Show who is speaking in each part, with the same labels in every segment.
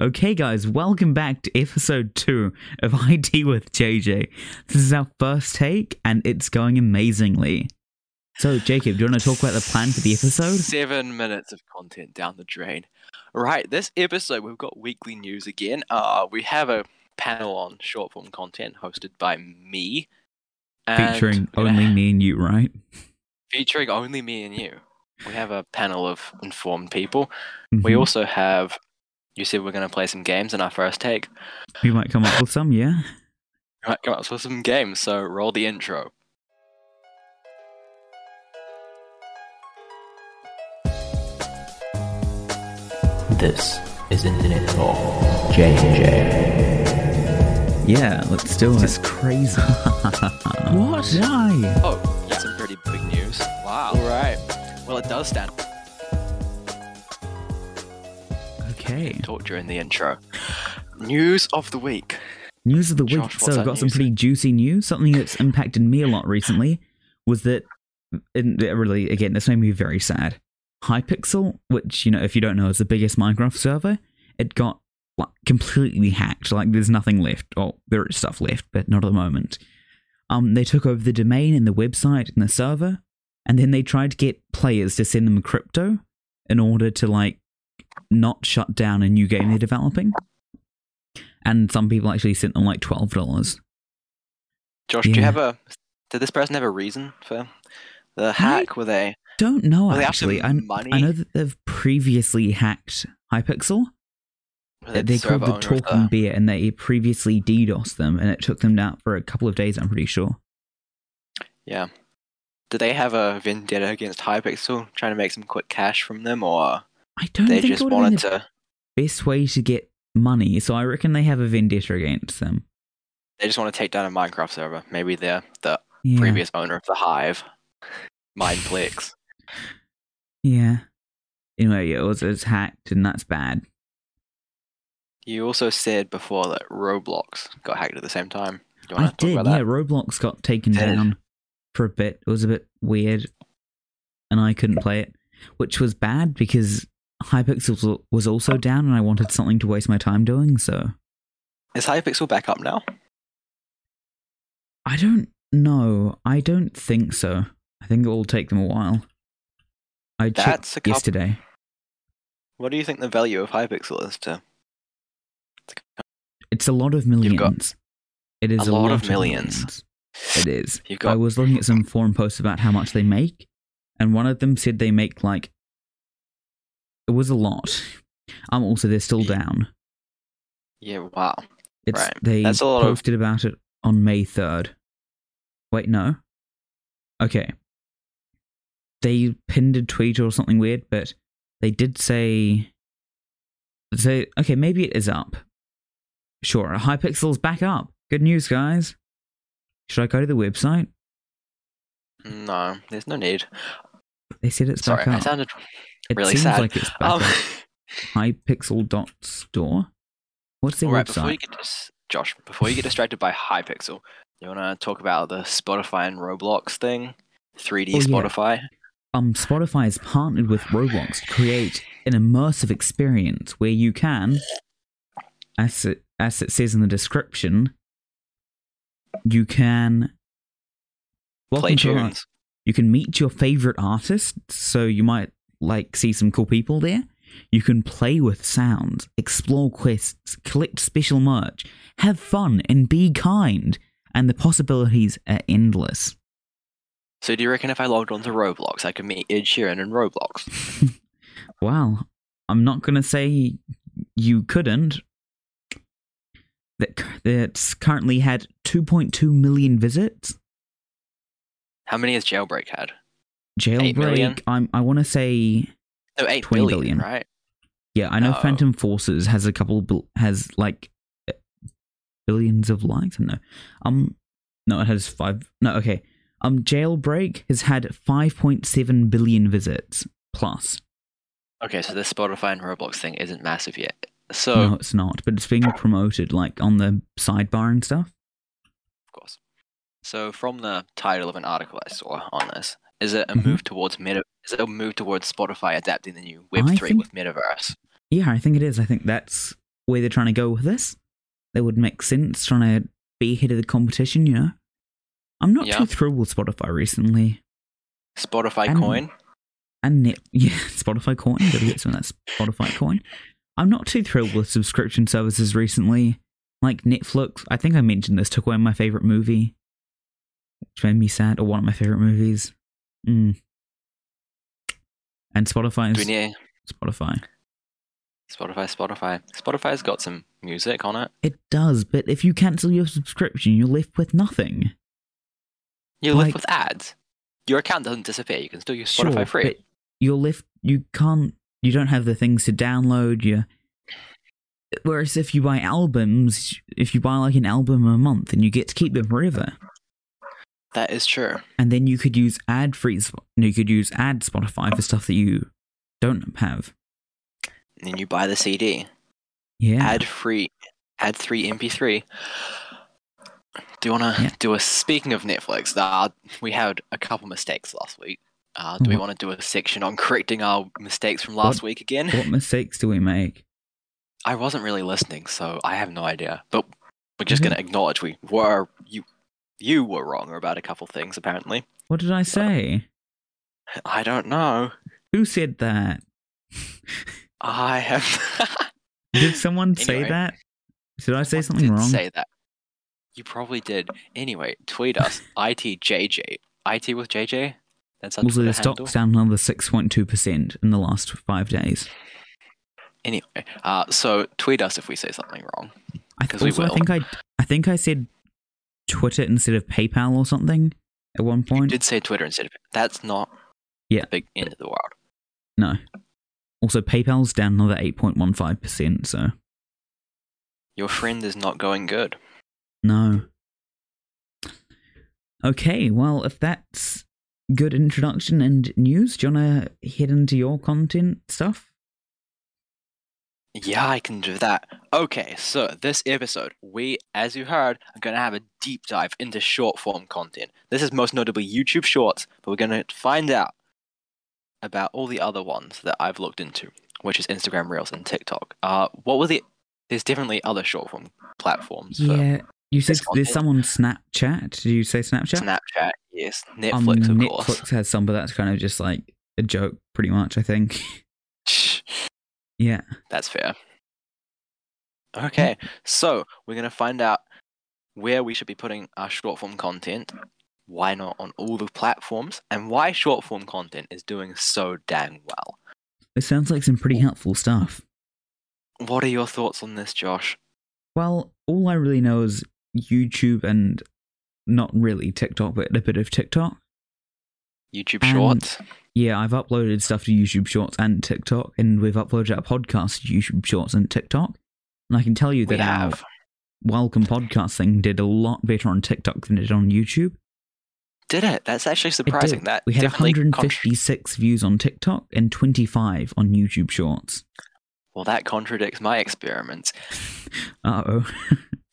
Speaker 1: Okay, guys, welcome back to episode two of ID with JJ. This is our first take, and it's going amazingly. So, Jacob, do you want to talk about the plan for the episode?
Speaker 2: Seven minutes of content down the drain. Right, this episode we've got weekly news again. Uh, we have a panel on short form content hosted by me, and
Speaker 1: Featuring
Speaker 2: we're gonna
Speaker 1: only
Speaker 2: ha-
Speaker 1: me and you, right?
Speaker 2: Featuring only me and you. We have a panel of informed people.
Speaker 1: Mm-hmm.
Speaker 2: We also have. You said we're going to play some games in our first take.
Speaker 1: we might come up with some, yeah?
Speaker 2: Right, come up with some games. So roll the intro.
Speaker 3: This is Internet Talk J&J.
Speaker 1: Yeah, let's do it. It's crazy. what? Why?
Speaker 2: Oh, that's some pretty big news. Wow. All right. Well, it does stand
Speaker 1: Okay.
Speaker 2: talk during the intro. News of the week.
Speaker 1: News of the week.
Speaker 2: Josh, what's
Speaker 1: so,
Speaker 2: that
Speaker 1: got some
Speaker 2: news?
Speaker 1: pretty juicy news. Something that's impacted me a lot recently was that, and it really, again, this made me very sad. Hypixel, which, you know, if you don't know, is the biggest Minecraft server, it got like, completely hacked. Like, there's nothing left. Well, there is stuff left, but not at the moment. Um, they took over the domain and the website and the server, and then they tried to get players to send them crypto in order to, like, not shut down a new game they're developing. And some people actually sent them like twelve dollars.
Speaker 2: Josh, do
Speaker 1: Yeah.
Speaker 2: you have a? Did this person have a reason for the hack? Were they?
Speaker 1: Don't know
Speaker 2: Were they
Speaker 1: actually.
Speaker 2: after
Speaker 1: I,
Speaker 2: money?
Speaker 1: I know that they've previously hacked Hypixel.
Speaker 2: Were they
Speaker 1: They called
Speaker 2: server
Speaker 1: the
Speaker 2: owner of
Speaker 1: Talking Beer, and they previously DDoS them, and it took them down for a couple of days. I'm pretty sure.
Speaker 2: Yeah. Did they have a vendetta against Hypixel, trying to make some quick cash from them, or
Speaker 1: I don't
Speaker 2: they
Speaker 1: think
Speaker 2: just
Speaker 1: it would have been
Speaker 2: wanted
Speaker 1: the
Speaker 2: to?
Speaker 1: best way to get money, so I reckon they have a vendetta against them.
Speaker 2: They just want to take down a Minecraft server. Maybe they're the
Speaker 1: Yeah.
Speaker 2: previous owner of the Hive, Mineplex.
Speaker 1: Yeah. Anyway, yeah, it was, it was hacked, and that's bad.
Speaker 2: you also said before that Roblox got hacked at the same time. Do you
Speaker 1: I
Speaker 2: want to
Speaker 1: did.
Speaker 2: talk
Speaker 1: Yeah,
Speaker 2: about that?
Speaker 1: Roblox got taken
Speaker 2: Did it?
Speaker 1: down for a bit. It was a bit weird, and I couldn't play it, which was bad because Hypixel was- was also down, and I wanted something to waste my time doing. So
Speaker 2: Is Hypixel back up now?
Speaker 1: I don't know. I don't think so. I think it will take them a while. I checked
Speaker 2: That's a couple-
Speaker 1: yesterday.
Speaker 2: What do you think the value of Hypixel is to?
Speaker 1: It's a lot of
Speaker 2: You've got-
Speaker 1: millions. It is
Speaker 2: A
Speaker 1: a
Speaker 2: lot
Speaker 1: lot,
Speaker 2: of millions.
Speaker 1: It is.
Speaker 2: You've got
Speaker 1: I was looking at some forum posts about how much they make, and one of them said they make like it was a lot. Um, also they're still
Speaker 2: Yeah.
Speaker 1: down.
Speaker 2: yeah. Wow.
Speaker 1: It's
Speaker 2: Right.
Speaker 1: they
Speaker 2: That's a lot of-
Speaker 1: posted about it on May third. Wait, no. Okay. They pinned a tweet or something weird, but they did say. So okay, maybe it is up. Sure, Hypixel's back up. Good news, guys. Should I go to the website?
Speaker 2: No, there's no need.
Speaker 1: They said it's
Speaker 2: Sorry,
Speaker 1: back up.
Speaker 2: I sounded
Speaker 1: It
Speaker 2: really
Speaker 1: seems
Speaker 2: sad.
Speaker 1: like it's back
Speaker 2: um.
Speaker 1: up. Hypixel.store. What's the
Speaker 2: All right,
Speaker 1: website?
Speaker 2: before you get dis- Josh, before you get distracted by Hypixel, you want to talk about the Spotify and Roblox thing, 3D
Speaker 1: Oh, yeah.
Speaker 2: Spotify.
Speaker 1: Um, Spotify has partnered with Roblox to create an immersive experience where you can, as it, as it says in the description, you can
Speaker 2: Play
Speaker 1: Welcome to our-
Speaker 2: tunes.
Speaker 1: you can meet your favorite artists, so you might like see some cool people there. You can play with sounds, explore quests, collect special merch, have fun, and be kind. And the possibilities are endless.
Speaker 2: So do you reckon if I logged onto Roblox, I could meet Ed Sheeran in Roblox?
Speaker 1: Wow. I'm not going to say you couldn't. That That's currently had 2.2 million visits.
Speaker 2: How many has Jailbreak had? Eight million?
Speaker 1: Jailbreak, I'm, I want to say,
Speaker 2: No, Oh, eight
Speaker 1: 20 billion.
Speaker 2: billion, right?
Speaker 1: yeah, I know
Speaker 2: Oh.
Speaker 1: Phantom Forces has a couple, bil- has like uh, billions of likes. I don't know. Um, no, it has five. No, okay. Um, Jailbreak has had 5.7 billion visits plus.
Speaker 2: Okay, so this Spotify and Roblox thing isn't massive yet. So
Speaker 1: no, it's not, but it's being promoted like on the sidebar and stuff.
Speaker 2: of course. So from the title of an article I saw on this, is it a
Speaker 1: Mhm.
Speaker 2: move towards meta? Is it a move towards Spotify adapting the new Web
Speaker 1: I
Speaker 2: three
Speaker 1: think-
Speaker 2: with metaverse?
Speaker 1: Yeah, I think it is. I think that's where they're trying to go with this. That would make sense, trying to be ahead of the competition, you know? I'm not
Speaker 2: Yeah.
Speaker 1: too thrilled with Spotify recently.
Speaker 2: Spotify
Speaker 1: And-
Speaker 2: coin.
Speaker 1: And net, yeah, Spotify coin. Gotta get some of that Spotify coin. I'm not too thrilled with subscription services recently. Like Netflix, I think I mentioned this, took away my favorite movie, which made me sad, or one of my favorite movies. Mm. And Spotify
Speaker 2: Do we
Speaker 1: is
Speaker 2: need
Speaker 1: Spotify.
Speaker 2: Spotify, Spotify. Spotify's got some music on it.
Speaker 1: It does, but if you cancel your subscription, you're left with nothing.
Speaker 2: You're left
Speaker 1: Like-
Speaker 2: with ads. Your account doesn't disappear. You can still use Spotify free.
Speaker 1: but you're left. You can't. You don't have the things to download. You. Whereas if you buy albums, if you buy like an album a month, and you get to keep them forever,
Speaker 2: That is true.
Speaker 1: and then you could use ad free. You could use ad Spotify for stuff that you don't have.
Speaker 2: And then you buy the CD.
Speaker 1: Yeah.
Speaker 2: Ad free. Ad three MP3. Do you wanna
Speaker 1: Yeah.
Speaker 2: do a speaking of Netflix, uh, we had a couple mistakes last week. Uh, do we
Speaker 1: Mhm.
Speaker 2: want to do a section on correcting our mistakes from last
Speaker 1: What?
Speaker 2: week again?
Speaker 1: what mistakes do we make?
Speaker 2: I wasn't really listening, so I have no idea. But we're just
Speaker 1: Mhm.
Speaker 2: gonna acknowledge we were you you were wrong about a couple things apparently.
Speaker 1: What did I say?
Speaker 2: I don't know.
Speaker 1: Who said that?
Speaker 2: I have
Speaker 1: Did someone say
Speaker 2: Anyway.
Speaker 1: that? Did I say
Speaker 2: Someone
Speaker 1: something
Speaker 2: did
Speaker 1: wrong?
Speaker 2: Say that. You probably did. Anyway, tweet us itjj. It with JJ. That's our
Speaker 1: Also,
Speaker 2: Twitter
Speaker 1: the
Speaker 2: handle.
Speaker 1: stock's down another 6.2% in the last five days.
Speaker 2: Anyway, uh, so tweet us if we say something wrong.
Speaker 1: I
Speaker 2: 'Cause
Speaker 1: th-
Speaker 2: we
Speaker 1: also, I
Speaker 2: will.
Speaker 1: think I, I think I said Twitter instead of PayPal or something at one point.
Speaker 2: Did say Twitter instead of that's not
Speaker 1: Yeah.
Speaker 2: the big end of the world.
Speaker 1: No. Also, PayPal's down another 8.15%, so
Speaker 2: Your friend is not going good.
Speaker 1: no. Okay, well, if that's good introduction and news, do you want to head into your content stuff?
Speaker 2: Yeah, I can do that. Okay, so this episode, we, as you heard, are going to have a deep dive into short form content. This is most notably YouTube Shorts, but we're going to find out about all the other ones that I've looked into, which is Instagram Reels and TikTok. Uh, what were the? There's definitely other short form platforms. For
Speaker 1: yeah. You said
Speaker 2: this
Speaker 1: there's
Speaker 2: content.
Speaker 1: some on Snapchat. Did you say Snapchat?
Speaker 2: Snapchat, yes,
Speaker 1: Um,
Speaker 2: Netflix, of course.
Speaker 1: Netflix has some, but that's kind of just like a joke, pretty much. I think. yeah.
Speaker 2: That's fair.
Speaker 1: Hmm.
Speaker 2: Okay, so we're going to find out where we should be putting our short form content, why not on all the platforms, and why short form content is doing so dang well.
Speaker 1: It sounds like some pretty helpful stuff.
Speaker 2: What are your thoughts on this, Josh?
Speaker 1: Well, all I really know is YouTube and not really TikTok, but a bit of TikTok.
Speaker 2: YouTube
Speaker 1: Um,
Speaker 2: Shorts?
Speaker 1: Yeah, I've uploaded stuff to YouTube Shorts and TikTok, and we've uploaded our podcast to YouTube Shorts and TikTok. And I can tell you
Speaker 2: we
Speaker 1: that our
Speaker 2: have.
Speaker 1: welcome podcast thing did a lot better on TikTok than it did on YouTube.
Speaker 2: Did it? That's actually
Speaker 1: It did.
Speaker 2: surprising. That
Speaker 1: we had
Speaker 2: definitely contr-
Speaker 1: 156 views on TikTok and 25 on YouTube Shorts.
Speaker 2: well, that contradicts my experiments.
Speaker 1: Uh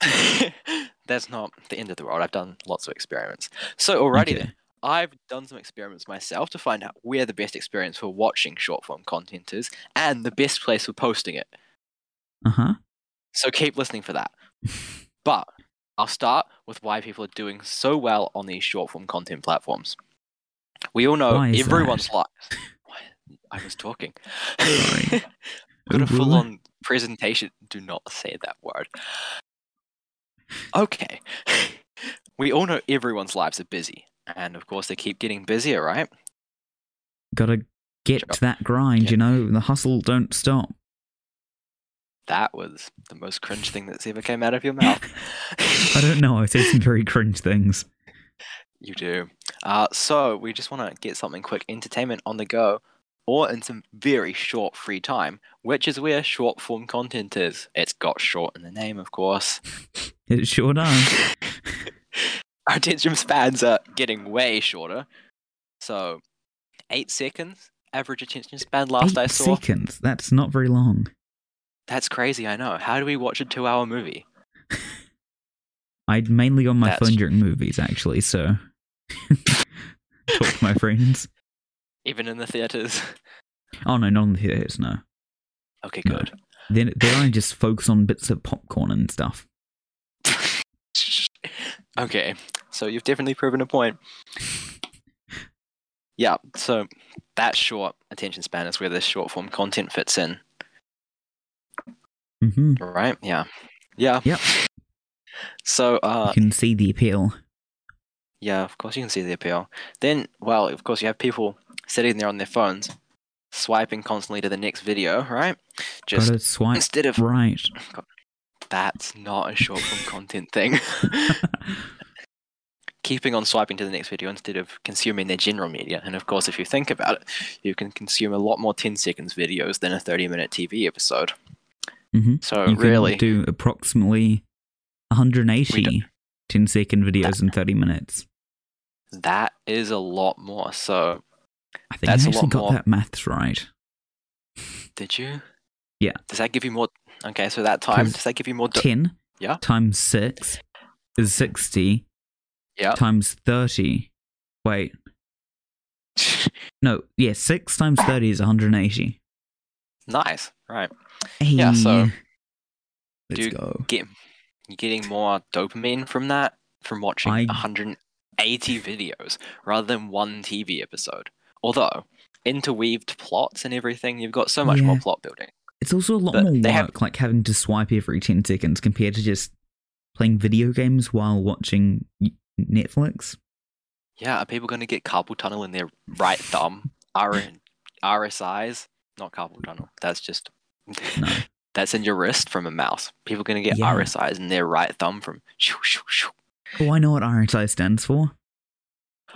Speaker 1: oh.
Speaker 2: That's not the end of the world. I've done lots of experiments. So, alrighty
Speaker 1: Okay.
Speaker 2: then. I've done some experiments myself to find out where the best experience for watching short form content is and the best place for posting it.
Speaker 1: Uh huh.
Speaker 2: So keep listening for that. But I'll start with why people are doing so well on these short form content platforms. We all know
Speaker 1: Why is
Speaker 2: everyone's lives. Why- I was talking.
Speaker 1: Sorry.
Speaker 2: Got a
Speaker 1: Ooh,
Speaker 2: full on presentation. Do not say that word. Okay. we all know everyone's lives are busy. And of course, they keep getting busier, right?
Speaker 1: Gotta get to that grind,
Speaker 2: Yeah.
Speaker 1: you know? The hustle don't stop.
Speaker 2: That was the most cringe thing that's ever came out of your mouth.
Speaker 1: I don't know. I say some very cringe things.
Speaker 2: You do. Uh, so we just want to get something quick, entertainment on the go, or in some very short free time, which is where short form content is. It's got short in the name, of course.
Speaker 1: It sure does.
Speaker 2: Our attention spans are getting way shorter. So, eight seconds average attention span. Last
Speaker 1: Eight
Speaker 2: I saw,
Speaker 1: seconds. That's not very long.
Speaker 2: that's crazy. I know. How do we watch a two-hour movie?
Speaker 1: I'd mainly on my
Speaker 2: That's-
Speaker 1: phone during movies, actually, so. Talk to my friends.
Speaker 2: Even in the theaters.
Speaker 1: Oh, no, not in the theaters, no.
Speaker 2: Okay,
Speaker 1: No.
Speaker 2: good.
Speaker 1: Then then I just focus on bits of popcorn and stuff.
Speaker 2: okay, so you've definitely proven a point. Yeah, so that short attention span is where this short form content fits in,
Speaker 1: hmm
Speaker 2: right? Yeah. Yeah.
Speaker 1: Yep.
Speaker 2: So, uh,
Speaker 1: you can see the appeal.
Speaker 2: yeah, of course you can see the appeal. Then, well, of course you have people sitting there on their phones, swiping constantly to the next video, right? Just
Speaker 1: Gotta swipe
Speaker 2: instead of
Speaker 1: right.
Speaker 2: that's not a short form content thing. keeping on swiping to the next video instead of consuming their general media. And of course, if you think about it, you can consume a lot more 10 seconds videos than a 30 minute TV episode.
Speaker 1: Mhm.
Speaker 2: So,
Speaker 1: you can
Speaker 2: Oh, really,
Speaker 1: do approximately
Speaker 2: We
Speaker 1: 180 10 second videos in 30 minutes.
Speaker 2: that is a lot more. So,
Speaker 1: I think
Speaker 2: That's a
Speaker 1: I actually
Speaker 2: lot
Speaker 1: got
Speaker 2: more.
Speaker 1: that maths right.
Speaker 2: did you?
Speaker 1: Yeah.
Speaker 2: Does that give you more? Okay, so that time,
Speaker 1: 'Cause
Speaker 2: does that give you more? Do-
Speaker 1: 10
Speaker 2: Yeah.
Speaker 1: times 6 is 60
Speaker 2: yeah.
Speaker 1: times 30. Wait, no, yeah, 6 times 30 is 180.
Speaker 2: nice. Right.
Speaker 1: Hey,
Speaker 2: so-
Speaker 1: let's
Speaker 2: do-
Speaker 1: go.
Speaker 2: Get, you're getting more dopamine from that, from watching
Speaker 1: I-
Speaker 2: 180 videos rather than one TV episode. Although, interweaved plots and everything, you've got so much more
Speaker 1: Yeah.
Speaker 2: plot building.
Speaker 1: It's also a lot
Speaker 2: but
Speaker 1: more work,
Speaker 2: they have-
Speaker 1: like having to swipe every 10 seconds compared to just playing video games while watching Netflix.
Speaker 2: Yeah, are people going to get carpal tunnel in their right thumb? R- RSIs? Not carpal tunnel. That's just.
Speaker 1: No.
Speaker 2: That's in your wrist from a mouse. People going to get
Speaker 1: Yeah.
Speaker 2: RSIs in their right thumb from shoo, shoo, shoo.
Speaker 1: Oh, I know what RSI stands for.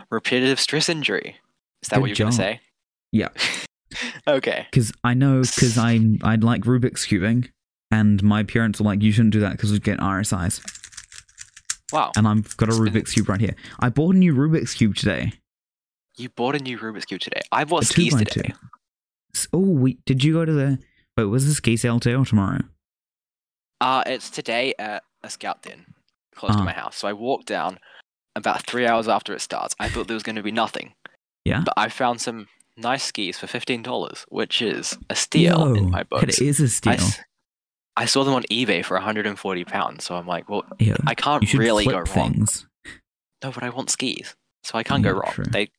Speaker 2: repetitive stress injury. Is that what
Speaker 1: Good
Speaker 2: you're going to
Speaker 1: job.
Speaker 2: say?
Speaker 1: Yeah.
Speaker 2: okay.
Speaker 1: Because I know, because I I like Rubik's cubing, and my parents were like, "You shouldn't do that because we get RSIs."
Speaker 2: Wow.
Speaker 1: And I've got a
Speaker 2: It's been-
Speaker 1: Rubik's cube right here. I bought a new Rubik's cube today.
Speaker 2: You bought a new Rubik's Cube today. I bought
Speaker 1: A
Speaker 2: skis
Speaker 1: by
Speaker 2: today.
Speaker 1: S- Oh, we did you go to the? Wait, was the ski sale today or tomorrow?
Speaker 2: Uh, it's today at a scout den close to
Speaker 1: Ah.
Speaker 2: my house. So I walked down about three hours after it starts. I thought there was going to be nothing.
Speaker 1: Yeah?
Speaker 2: But I found some nice skis for $15, which is a steal
Speaker 1: Yo,
Speaker 2: in my books.
Speaker 1: It is a
Speaker 2: I,
Speaker 1: steal.
Speaker 2: s- I saw them on eBay for 140 pounds. So I'm like, well,
Speaker 1: Yeah, Uh,
Speaker 2: I
Speaker 1: you
Speaker 2: can't
Speaker 1: should
Speaker 2: really go
Speaker 1: flip
Speaker 2: wrong.
Speaker 1: things.
Speaker 2: No, but I want skis, so I can't
Speaker 1: Yeah,
Speaker 2: go wrong.
Speaker 1: true.
Speaker 2: They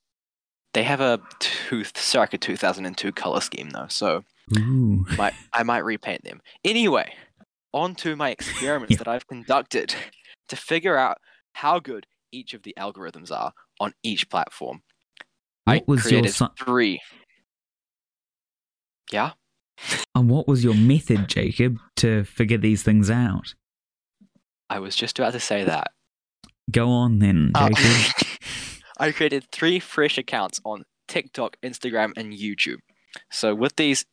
Speaker 2: they have a two, circa 2002 color scheme though, so
Speaker 1: Ooh,
Speaker 2: might, I might repaint them. Anyway, on to my experiments
Speaker 1: Yeah.
Speaker 2: that I've conducted to figure out how good each of the algorithms are on each platform. I
Speaker 1: what was your
Speaker 2: created
Speaker 1: si-
Speaker 2: three. Yeah,
Speaker 1: and what was your method, Jacob, to figure these things out?
Speaker 2: I was just about to say that.
Speaker 1: Go on then,
Speaker 2: Uh,
Speaker 1: Jacob.
Speaker 2: I created three fresh accounts on TikTok, Instagram, and YouTube. So with these,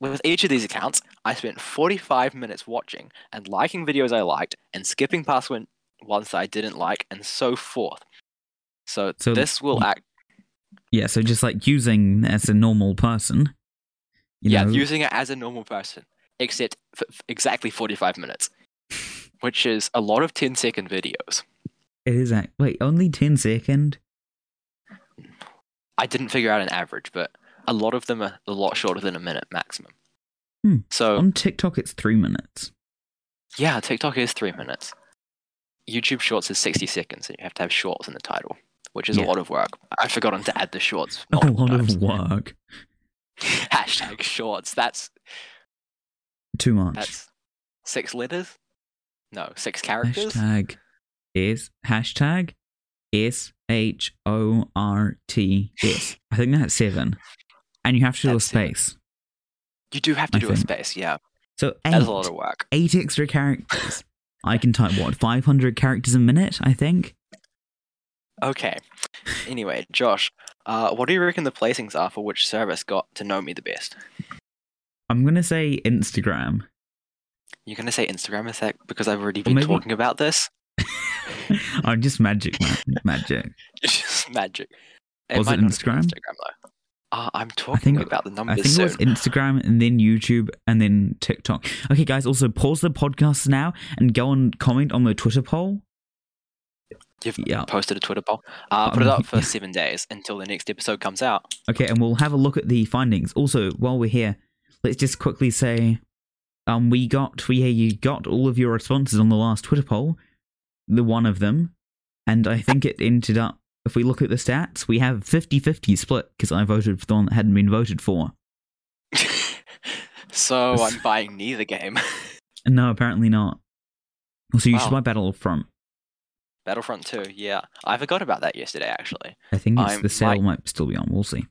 Speaker 2: with each of these accounts, I spent 45 minutes watching and liking videos I liked, and skipping past one ones that I didn't like, and so forth. So,
Speaker 1: So
Speaker 2: this will
Speaker 1: y-
Speaker 2: act,
Speaker 1: yeah, so just like using as a normal person. You
Speaker 2: yeah,
Speaker 1: know,
Speaker 2: using it as a normal person, except for for exactly 45 minutes, which is a lot of 10 second videos.
Speaker 1: It is act- wait, only 10 second?
Speaker 2: I didn't figure out an average, but a lot of them are a lot shorter than a minute maximum.
Speaker 1: Hmm.
Speaker 2: So
Speaker 1: On TikTok it's three minutes.
Speaker 2: Yeah, TikTok is three minutes. YouTube Shorts is 60 seconds, and you have to have shorts in the title, which is
Speaker 1: Yeah.
Speaker 2: a lot of work. I've forgotten to add the shorts.
Speaker 1: A
Speaker 2: multiple
Speaker 1: lot
Speaker 2: times.
Speaker 1: of work.
Speaker 2: Hashtag shorts. That's
Speaker 1: Too much.
Speaker 2: that's six letters. No, six characters.
Speaker 1: hashtag is hashtag S H O R T S. I think that's seven. And you have to do a
Speaker 2: That's seven.
Speaker 1: space.
Speaker 2: You do have to
Speaker 1: I
Speaker 2: do a
Speaker 1: think.
Speaker 2: space. Yeah,
Speaker 1: So eight,
Speaker 2: that's a lot of work.
Speaker 1: eight extra characters. I can type what, five hundred characters a minute, I think?
Speaker 2: Okay. Anyway, Josh, uh, what do you reckon the placings are for which service got to know me the best?
Speaker 1: I'm gonna say Instagram.
Speaker 2: You're gonna say Instagram, is that because I've already
Speaker 1: Or
Speaker 2: been
Speaker 1: maybe-
Speaker 2: talking about this?
Speaker 1: I'm just magic ma- magic.
Speaker 2: It's just magic.
Speaker 1: Was it
Speaker 2: might not have been
Speaker 1: Instagram?
Speaker 2: Instagram though. Uh, I'm talking
Speaker 1: think it-
Speaker 2: about the
Speaker 1: I
Speaker 2: numbers
Speaker 1: think it
Speaker 2: soon.
Speaker 1: was Instagram and then YouTube and then TikTok. Okay, guys, also pause the podcast now and go and comment on the Twitter poll.
Speaker 2: You've
Speaker 1: Yeah.
Speaker 2: posted a Twitter poll. Uh,
Speaker 1: Um,
Speaker 2: put it up for
Speaker 1: yeah.
Speaker 2: seven days until the next episode comes out.
Speaker 1: Okay, and we'll have a look at the findings. Also, while we're here, let's just quickly say Um, we got we you got all of your responses on the last Twitter poll, the one of them, and I think it ended up. If we look at the stats, we have 50-50 split because I voted for the one that hadn't been voted for.
Speaker 2: so I'm buying neither game.
Speaker 1: No, apparently not. So you should buy
Speaker 2: Wow.
Speaker 1: Battlefront.
Speaker 2: Battlefront 2, yeah. I forgot about that yesterday, actually.
Speaker 1: I think it's,
Speaker 2: I'm-
Speaker 1: the sale
Speaker 2: my-
Speaker 1: might still be on. We'll see.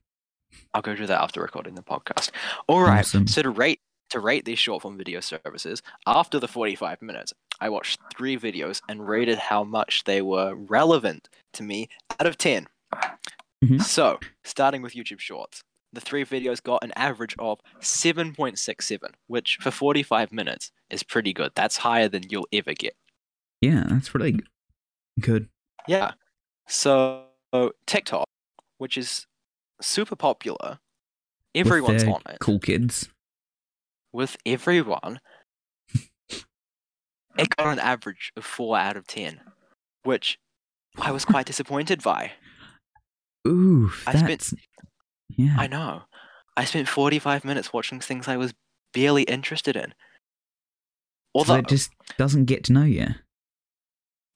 Speaker 2: I'll go do that after recording the podcast. All right.
Speaker 1: Awesome.
Speaker 2: So to rate to rate these short form video services, after the 45 minutes, I watched three videos and rated how much they were relevant to me out of 10.
Speaker 1: Mhm.
Speaker 2: So, starting with YouTube Shorts, the three videos got an average of 7.67, which for 45 minutes is pretty good. That's higher than you'll ever get.
Speaker 1: Yeah, that's really g- good.
Speaker 2: Yeah. So TikTok, which is super popular,
Speaker 1: with
Speaker 2: everyone's
Speaker 1: their
Speaker 2: on it
Speaker 1: Cool kids.
Speaker 2: with everyone. it got an average of four out of ten, which I was quite disappointed by.
Speaker 1: Oof,
Speaker 2: I spent-
Speaker 1: that's yeah.
Speaker 2: I know. I spent forty-five minutes watching things I was barely interested in.
Speaker 1: so
Speaker 2: Although,
Speaker 1: it just doesn't get to know you.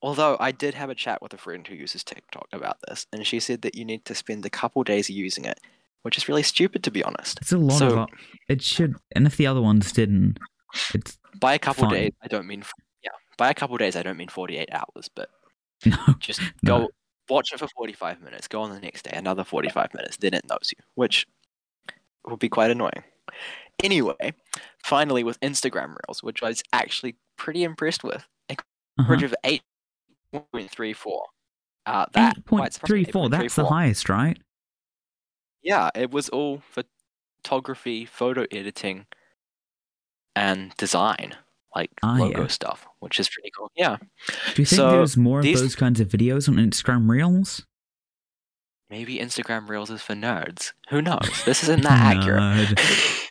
Speaker 2: Although I did have a chat with a friend who uses TikTok about this, and she said that you need to spend a couple days using it, which is really stupid to be honest.
Speaker 1: It's a lot
Speaker 2: So-
Speaker 1: of op- it should, and if the other ones didn't, it's
Speaker 2: By a couple
Speaker 1: Fine.
Speaker 2: days, I don't mean f- yeah. By a couple days, I don't mean forty-eight hours, but
Speaker 1: no.
Speaker 2: just
Speaker 1: No.
Speaker 2: go watch it for forty-five minutes. Go on the next day, another forty-five minutes. Then it knows you, which would be quite annoying. Anyway, finally with Instagram Reels, which I was actually pretty impressed with, a average
Speaker 1: Uh-huh.
Speaker 2: of eight point three four. Uh, that quite surprising,
Speaker 1: 8.34, That's the
Speaker 2: 8.34.
Speaker 1: highest, right?
Speaker 2: yeah, it was all photography, photo editing, and design, like
Speaker 1: Ah,
Speaker 2: logo
Speaker 1: yeah.
Speaker 2: stuff, which is pretty cool. Yeah,
Speaker 1: Do you think
Speaker 2: So,
Speaker 1: there's more
Speaker 2: these-
Speaker 1: of those kinds of videos on Instagram Reels?
Speaker 2: maybe Instagram Reels is for nerds. Who knows? This isn't that accurate.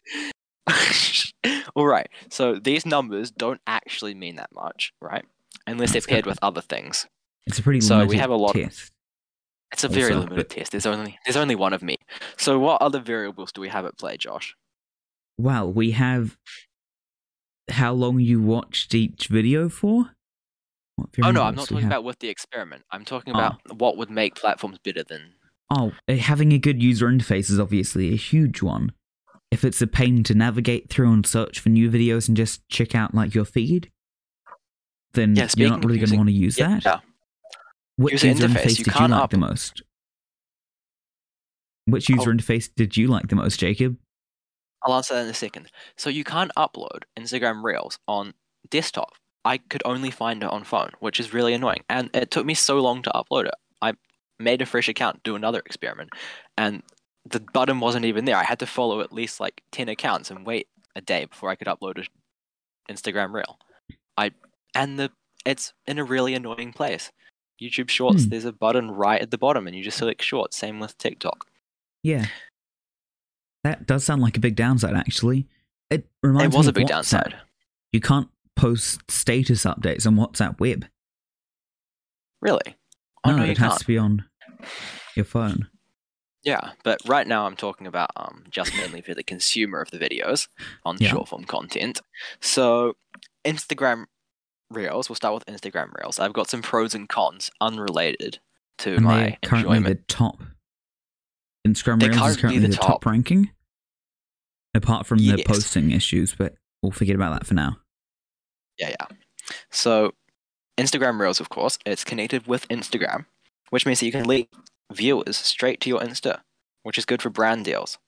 Speaker 1: Nerd.
Speaker 2: all right, so these numbers don't actually mean that much, right? Unless they're
Speaker 1: That's good.
Speaker 2: paired with other things.
Speaker 1: It's a pretty
Speaker 2: So we
Speaker 1: limited
Speaker 2: have a lot of-
Speaker 1: test.
Speaker 2: It's a very
Speaker 1: Also, but-
Speaker 2: limited test. There's only there's only one of me. So what other variables do we have at play, Josh?
Speaker 1: Well, we have how long you watched each video for. What
Speaker 2: Oh
Speaker 1: variables
Speaker 2: no,
Speaker 1: Oh.
Speaker 2: I'm not
Speaker 1: we
Speaker 2: talking
Speaker 1: have?
Speaker 2: about with the experiment. I'm talking about what would make platforms better than
Speaker 1: Oh, uh, having a good user interface is obviously a huge one. If it's a pain to navigate through and search for new videos and just check out like your feed, then
Speaker 2: Yeah,
Speaker 1: you're
Speaker 2: speaking
Speaker 1: not
Speaker 2: of
Speaker 1: really going to
Speaker 2: using-
Speaker 1: want to use
Speaker 2: Yeah,
Speaker 1: that.
Speaker 2: yeah.
Speaker 1: Which
Speaker 2: User
Speaker 1: user,
Speaker 2: interface,
Speaker 1: interface,
Speaker 2: you
Speaker 1: did you
Speaker 2: can't
Speaker 1: like
Speaker 2: up-
Speaker 1: the most? Which user
Speaker 2: Oh.
Speaker 1: interface did you like the most, Jacob?
Speaker 2: I'll answer that in a second. So you can't upload Instagram Reels on desktop. I could only find it on phone, which is really annoying. And it took me so long to upload it. I made a fresh account, do another experiment, and the button wasn't even there. I had to follow at least like 10 accounts and wait a day before I could upload an Instagram Reel. I and the it's in a really annoying place. YouTube Shorts,
Speaker 1: Hmm.
Speaker 2: there's a button right at the bottom and you just select Shorts, same with TikTok.
Speaker 1: Yeah, that does sound like a big downside. Actually, it reminds
Speaker 2: it was
Speaker 1: me
Speaker 2: a
Speaker 1: of
Speaker 2: big
Speaker 1: WhatsApp.
Speaker 2: downside.
Speaker 1: You can't post status updates on WhatsApp Web.
Speaker 2: Really? Oh,
Speaker 1: no,
Speaker 2: no, you
Speaker 1: it
Speaker 2: can't.
Speaker 1: has to be on your phone.
Speaker 2: Yeah, but right now I'm talking about um, just mainly for the consumer of the videos on
Speaker 1: Yeah.
Speaker 2: short form content. So, Instagram Reels, we'll start with Instagram Reels. I've got some pros and cons unrelated to
Speaker 1: and
Speaker 2: my
Speaker 1: they're currently
Speaker 2: enjoyment.
Speaker 1: the top. Instagram
Speaker 2: They're
Speaker 1: Reels is
Speaker 2: currently
Speaker 1: currently
Speaker 2: the
Speaker 1: the, top.
Speaker 2: top.
Speaker 1: ranking, apart from the
Speaker 2: Yes.
Speaker 1: posting issues, but we'll forget about that for now.
Speaker 2: Yeah, yeah. So, Instagram Reels, of course, it's connected with Instagram, which means that you can link viewers straight to your Insta, which is good for brand deals.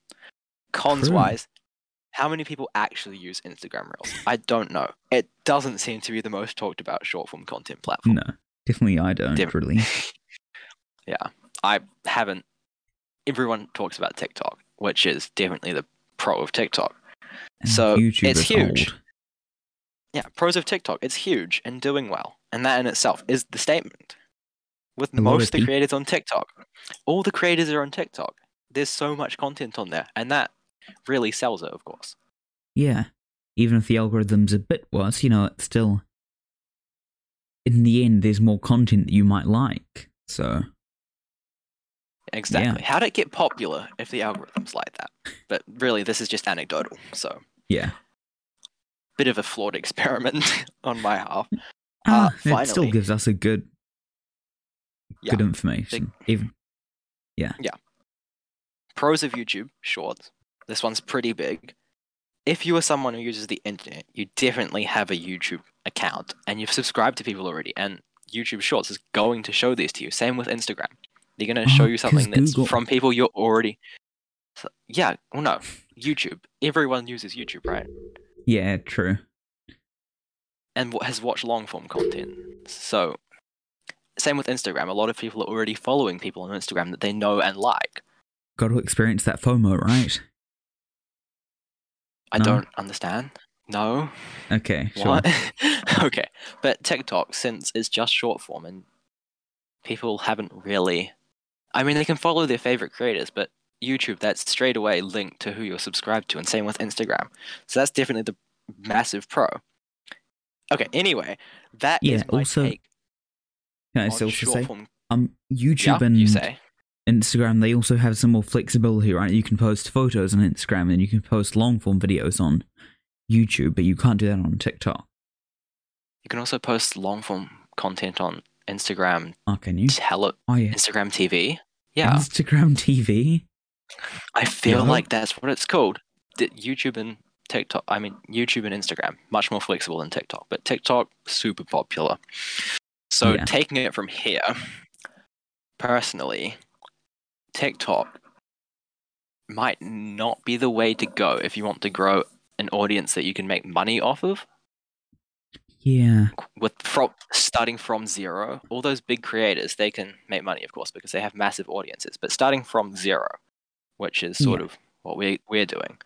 Speaker 2: Cons
Speaker 1: True.
Speaker 2: wise, how many people actually use Instagram Reels? I don't know. It doesn't seem to be the most talked about short form content platform.
Speaker 1: No, definitely I don't
Speaker 2: Different.
Speaker 1: really.
Speaker 2: yeah, I haven't. Everyone talks about TikTok, which is definitely the pro of TikTok.
Speaker 1: And
Speaker 2: So,
Speaker 1: YouTube
Speaker 2: it's
Speaker 1: is
Speaker 2: huge.
Speaker 1: old.
Speaker 2: Yeah, pros of TikTok. It's huge and doing well, and that in itself is the statement. With
Speaker 1: And what
Speaker 2: most
Speaker 1: if
Speaker 2: of the
Speaker 1: you-
Speaker 2: creators on TikTok, all the creators are on TikTok. There's so much content on there, and that really sells it, of course.
Speaker 1: Yeah, even if the algorithm's a bit worse, you know it's still. In the end, there's more content that you might like.
Speaker 2: Uh,
Speaker 1: So
Speaker 2: Exactly. How did it get popular if the algorithm's like that? But really, this is just anecdotal. So
Speaker 1: yeah,
Speaker 2: bit of a flawed experiment on my half.
Speaker 1: Ah,
Speaker 2: Uh,
Speaker 1: it still
Speaker 2: finally.
Speaker 1: gives us a good,
Speaker 2: Yeah.
Speaker 1: good information. Even
Speaker 2: Pros of YouTube Shorts. This one's pretty big. If you are someone who uses the internet, you definitely have a YouTube account and you've subscribed to people already, and YouTube Shorts is going to show these to you. Same with Instagram. They're going to show
Speaker 1: Oh,
Speaker 2: you
Speaker 1: 'cause
Speaker 2: something that's
Speaker 1: Google-
Speaker 2: from people you're already. So- yeah, well, no. YouTube. Everyone uses YouTube, right?
Speaker 1: yeah, true.
Speaker 2: and wa- has watched long form content. So, same with Instagram. A lot of people are already following people on Instagram that they know and like.
Speaker 1: Got to experience that FOMO, right?
Speaker 2: I
Speaker 1: No.
Speaker 2: don't understand. No.
Speaker 1: Okay, sure.
Speaker 2: What? okay. But TikTok, since it's just short form and people haven't really. I mean, they can follow their favorite creators, but YouTube, that's straight away linked to who you're subscribed to, and same with Instagram. So that's definitely the massive pro. Okay, anyway, that is
Speaker 1: Yeah,
Speaker 2: my
Speaker 1: also,
Speaker 2: take
Speaker 1: Can I
Speaker 2: on
Speaker 1: still
Speaker 2: short
Speaker 1: say,
Speaker 2: form.
Speaker 1: um, YouTube
Speaker 2: Yeah,
Speaker 1: and
Speaker 2: you say.
Speaker 1: Instagram, they also have some more flexibility, right? You can post photos on Instagram and you can post long form videos on YouTube, but you can't do that on TikTok.
Speaker 2: You can also post long form content on Instagram
Speaker 1: Oh, can you?
Speaker 2: tele-
Speaker 1: Oh, yeah.
Speaker 2: Instagram TV. Yeah,
Speaker 1: Instagram TV?
Speaker 2: I feel
Speaker 1: Yeah.
Speaker 2: like that's what it's called. Th- YouTube and TikTok. I mean, YouTube and Instagram much more flexible than TikTok, but TikTok super popular. So
Speaker 1: Yeah.
Speaker 2: taking it from here, personally, TikTok might not be the way to go if you want to grow an audience that you can make money off of.
Speaker 1: Yeah.
Speaker 2: with from starting from zero, all those big creators they can make money, of course, because they have massive audiences. But starting from zero, which is sort of what we we're doing,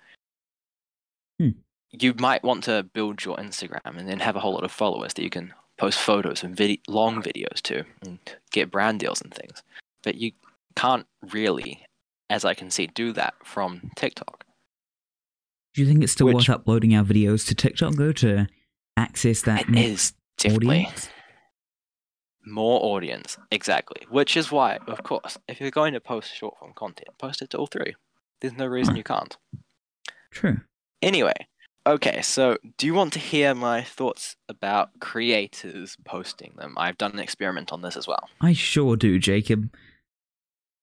Speaker 1: Hmm.
Speaker 2: you might want to build your Instagram and then have a whole lot of followers that you can post photos and vid- long videos to and get brand deals and things. But you can't really, as I can see, do that from TikTok.
Speaker 1: Do you think it's still
Speaker 2: Which-
Speaker 1: worth uploading our videos to TikTok, though, to access that
Speaker 2: It is definitely.
Speaker 1: audience?
Speaker 2: more audience exactly which is why of course if you're going to post short form content post it to all three there's no reason
Speaker 1: Huh.
Speaker 2: you can't
Speaker 1: True.
Speaker 2: anyway okay so do you want to hear my thoughts about creators posting them i've done an experiment on this as well
Speaker 1: I sure do, Jacob.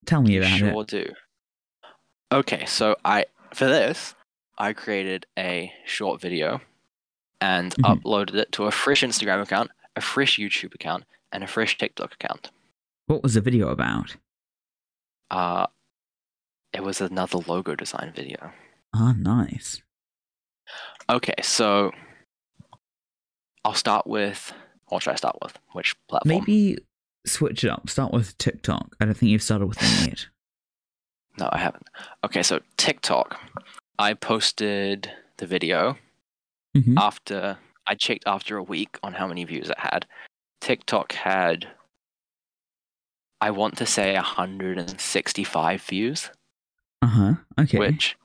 Speaker 1: Tell me about
Speaker 2: sure
Speaker 1: it.
Speaker 2: do okay so i for this i created a short video and
Speaker 1: Mhm.
Speaker 2: uploaded it to a fresh instagram account a fresh youtube account and a fresh tiktok account
Speaker 1: What was the video about?
Speaker 2: Uh, it was another logo design video.
Speaker 1: Ah, nice.
Speaker 2: Okay, so I'll start with what should I start with? Which platform?
Speaker 1: Maybe switch it up. Start with TikTok. I don't think you've started with them yet.
Speaker 2: No, I haven't. Okay, so TikTok. I posted the video
Speaker 1: hmm
Speaker 2: Uh, after I checked after a week on how many views it had. TikTok had I want to say 165 views,
Speaker 1: Uh huh. Okay.
Speaker 2: which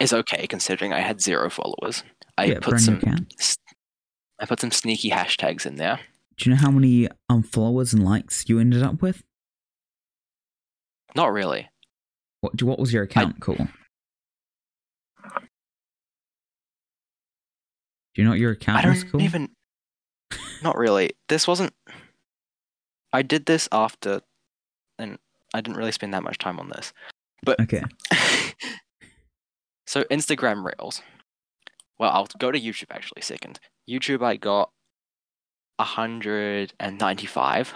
Speaker 2: is okay considering I had zero followers. I
Speaker 1: yeah,
Speaker 2: put
Speaker 1: brand new
Speaker 2: some
Speaker 1: account.
Speaker 2: I put some sneaky hashtags in there.
Speaker 1: Do you know how many um, followers and likes you ended up with?
Speaker 2: Not really.
Speaker 1: What do- What was your account called? Do you know what your account
Speaker 2: I don't
Speaker 1: was called?
Speaker 2: even. Not really. This wasn't. I did this after, and I didn't really spend that much time on this.
Speaker 1: Okay.
Speaker 2: so Instagram Reels. Well, I'll go to YouTube actually second. YouTube, I got 195,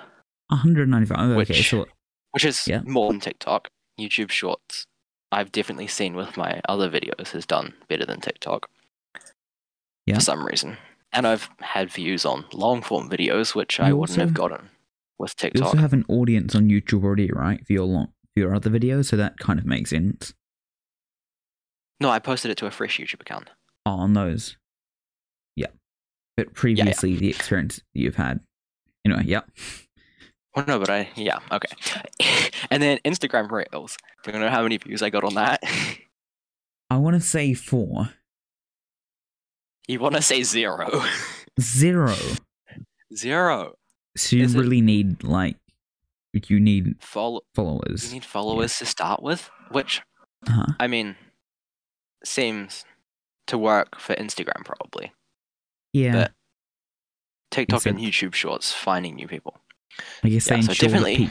Speaker 1: 195. Okay,
Speaker 2: Which-
Speaker 1: so
Speaker 2: which is
Speaker 1: Yeah.
Speaker 2: more than TikTok. YouTube Shorts, I've definitely seen with my other videos, has done better than TikTok.
Speaker 1: Yeah.
Speaker 2: For some reason. And I've had views on long form videos, which I
Speaker 1: You
Speaker 2: wouldn't have
Speaker 1: also-
Speaker 2: gotten with
Speaker 1: you
Speaker 2: TikTok.
Speaker 1: also have an audience on YouTube already, right? For your long, for your other videos, so that kind of makes sense.
Speaker 2: No, I posted it to a fresh YouTube account.
Speaker 1: Oh, on those. Yeah. But previously, the experience that you've had. Anyway, yeah.
Speaker 2: Well, Oh, no, but I, yeah, okay. and then Instagram Reels. Do you know how many views I got on that?
Speaker 1: I want to say four.
Speaker 2: you want to say zero?
Speaker 1: Zero.
Speaker 2: zero.
Speaker 1: So you
Speaker 2: Is it-
Speaker 1: really need, like, you need
Speaker 2: Follow. You
Speaker 1: followers.
Speaker 2: need followers to start with, which
Speaker 1: Uh-huh.
Speaker 2: I mean, seems to work for Instagram probably.
Speaker 1: Yeah,
Speaker 2: but TikTok and
Speaker 1: Consent.
Speaker 2: YouTube Shorts finding new people.
Speaker 1: I guess they
Speaker 2: yeah, so
Speaker 1: ensure that
Speaker 2: definitely-
Speaker 1: peop-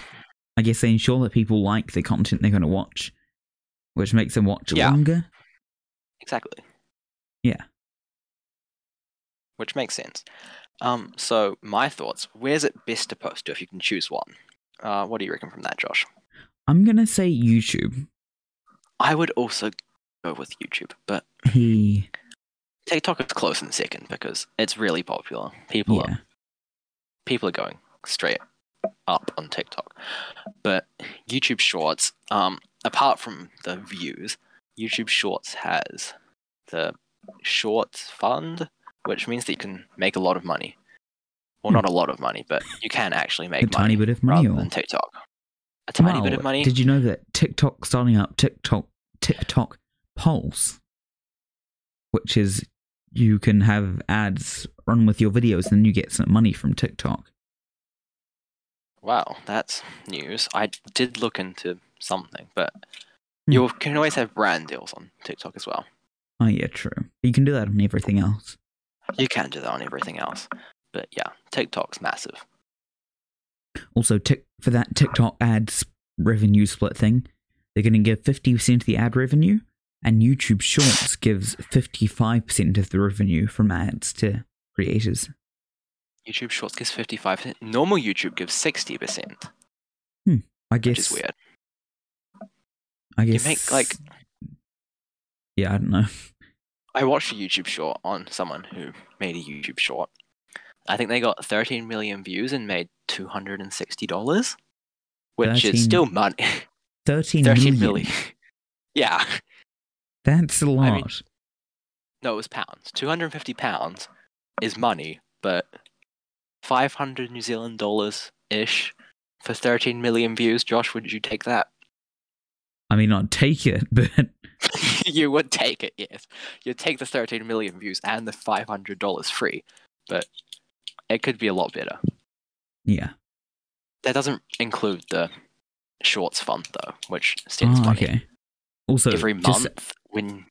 Speaker 1: I guess they ensure that people like the content they're going to watch, which makes them watch
Speaker 2: Yeah.
Speaker 1: longer.
Speaker 2: Exactly.
Speaker 1: Yeah.
Speaker 2: Which makes sense. Um, so my thoughts: Where's it best to post to if you can choose one? Uh, what do you reckon from that, Josh?
Speaker 1: I'm gonna say YouTube.
Speaker 2: I would also go with YouTube, but
Speaker 1: He,
Speaker 2: TikTok is close in second because it's really popular. People are
Speaker 1: yeah,
Speaker 2: people are going straight up on TikTok. But YouTube Shorts, um, apart from the views, YouTube Shorts has the Shorts Fund, which means that you can make a lot of money. Well, not a lot of money, but you can actually
Speaker 1: Hmm. a
Speaker 2: make
Speaker 1: tiny
Speaker 2: money
Speaker 1: bit of money.
Speaker 2: rather
Speaker 1: Or,
Speaker 2: than TikTok. A tiny bit of
Speaker 1: Wow,
Speaker 2: money.
Speaker 1: Did you know that TikTok starting up TikTok TikTok Pulse, which is you can have ads run with your videos and you get some money from TikTok.
Speaker 2: Wow, that's news. I did look into something, but
Speaker 1: Hmm.
Speaker 2: you can always have brand deals on TikTok as well.
Speaker 1: Oh yeah, true. You can do that on everything else.
Speaker 2: You can do that on everything else. But yeah, TikTok's massive.
Speaker 1: Also, tick for that TikTok ads revenue split thing, they're going to give fifty percent of the ad revenue, and YouTube Shorts gives fifty-five percent of the revenue from ads to creators.
Speaker 2: YouTube Shorts gives 55%. Normal YouTube gives 60%,
Speaker 1: I
Speaker 2: which is
Speaker 1: guess.
Speaker 2: weird.
Speaker 1: I guess
Speaker 2: make, like-
Speaker 1: Yeah, I don't know.
Speaker 2: I watched a YouTube short on someone who made a YouTube short. I think they got 13 million views and made $260, which is
Speaker 1: 13
Speaker 2: still money.
Speaker 1: Thirteen million.
Speaker 2: 13 million. yeah.
Speaker 1: That's a lot.
Speaker 2: mean- No, it was pounds. 250 pounds is money, but 500 New Zealand dollars ish for 13 million views. Josh, would you take that?
Speaker 1: I mean, I'd take it, but
Speaker 2: you would take it, yes. You'd take the 13 million views and the $500 free, but it could be a lot better.
Speaker 1: yeah.
Speaker 2: That doesn't include the shorts fund, though, which sends
Speaker 1: Oh,
Speaker 2: money
Speaker 1: okay. Also,
Speaker 2: every month
Speaker 1: just-
Speaker 2: when.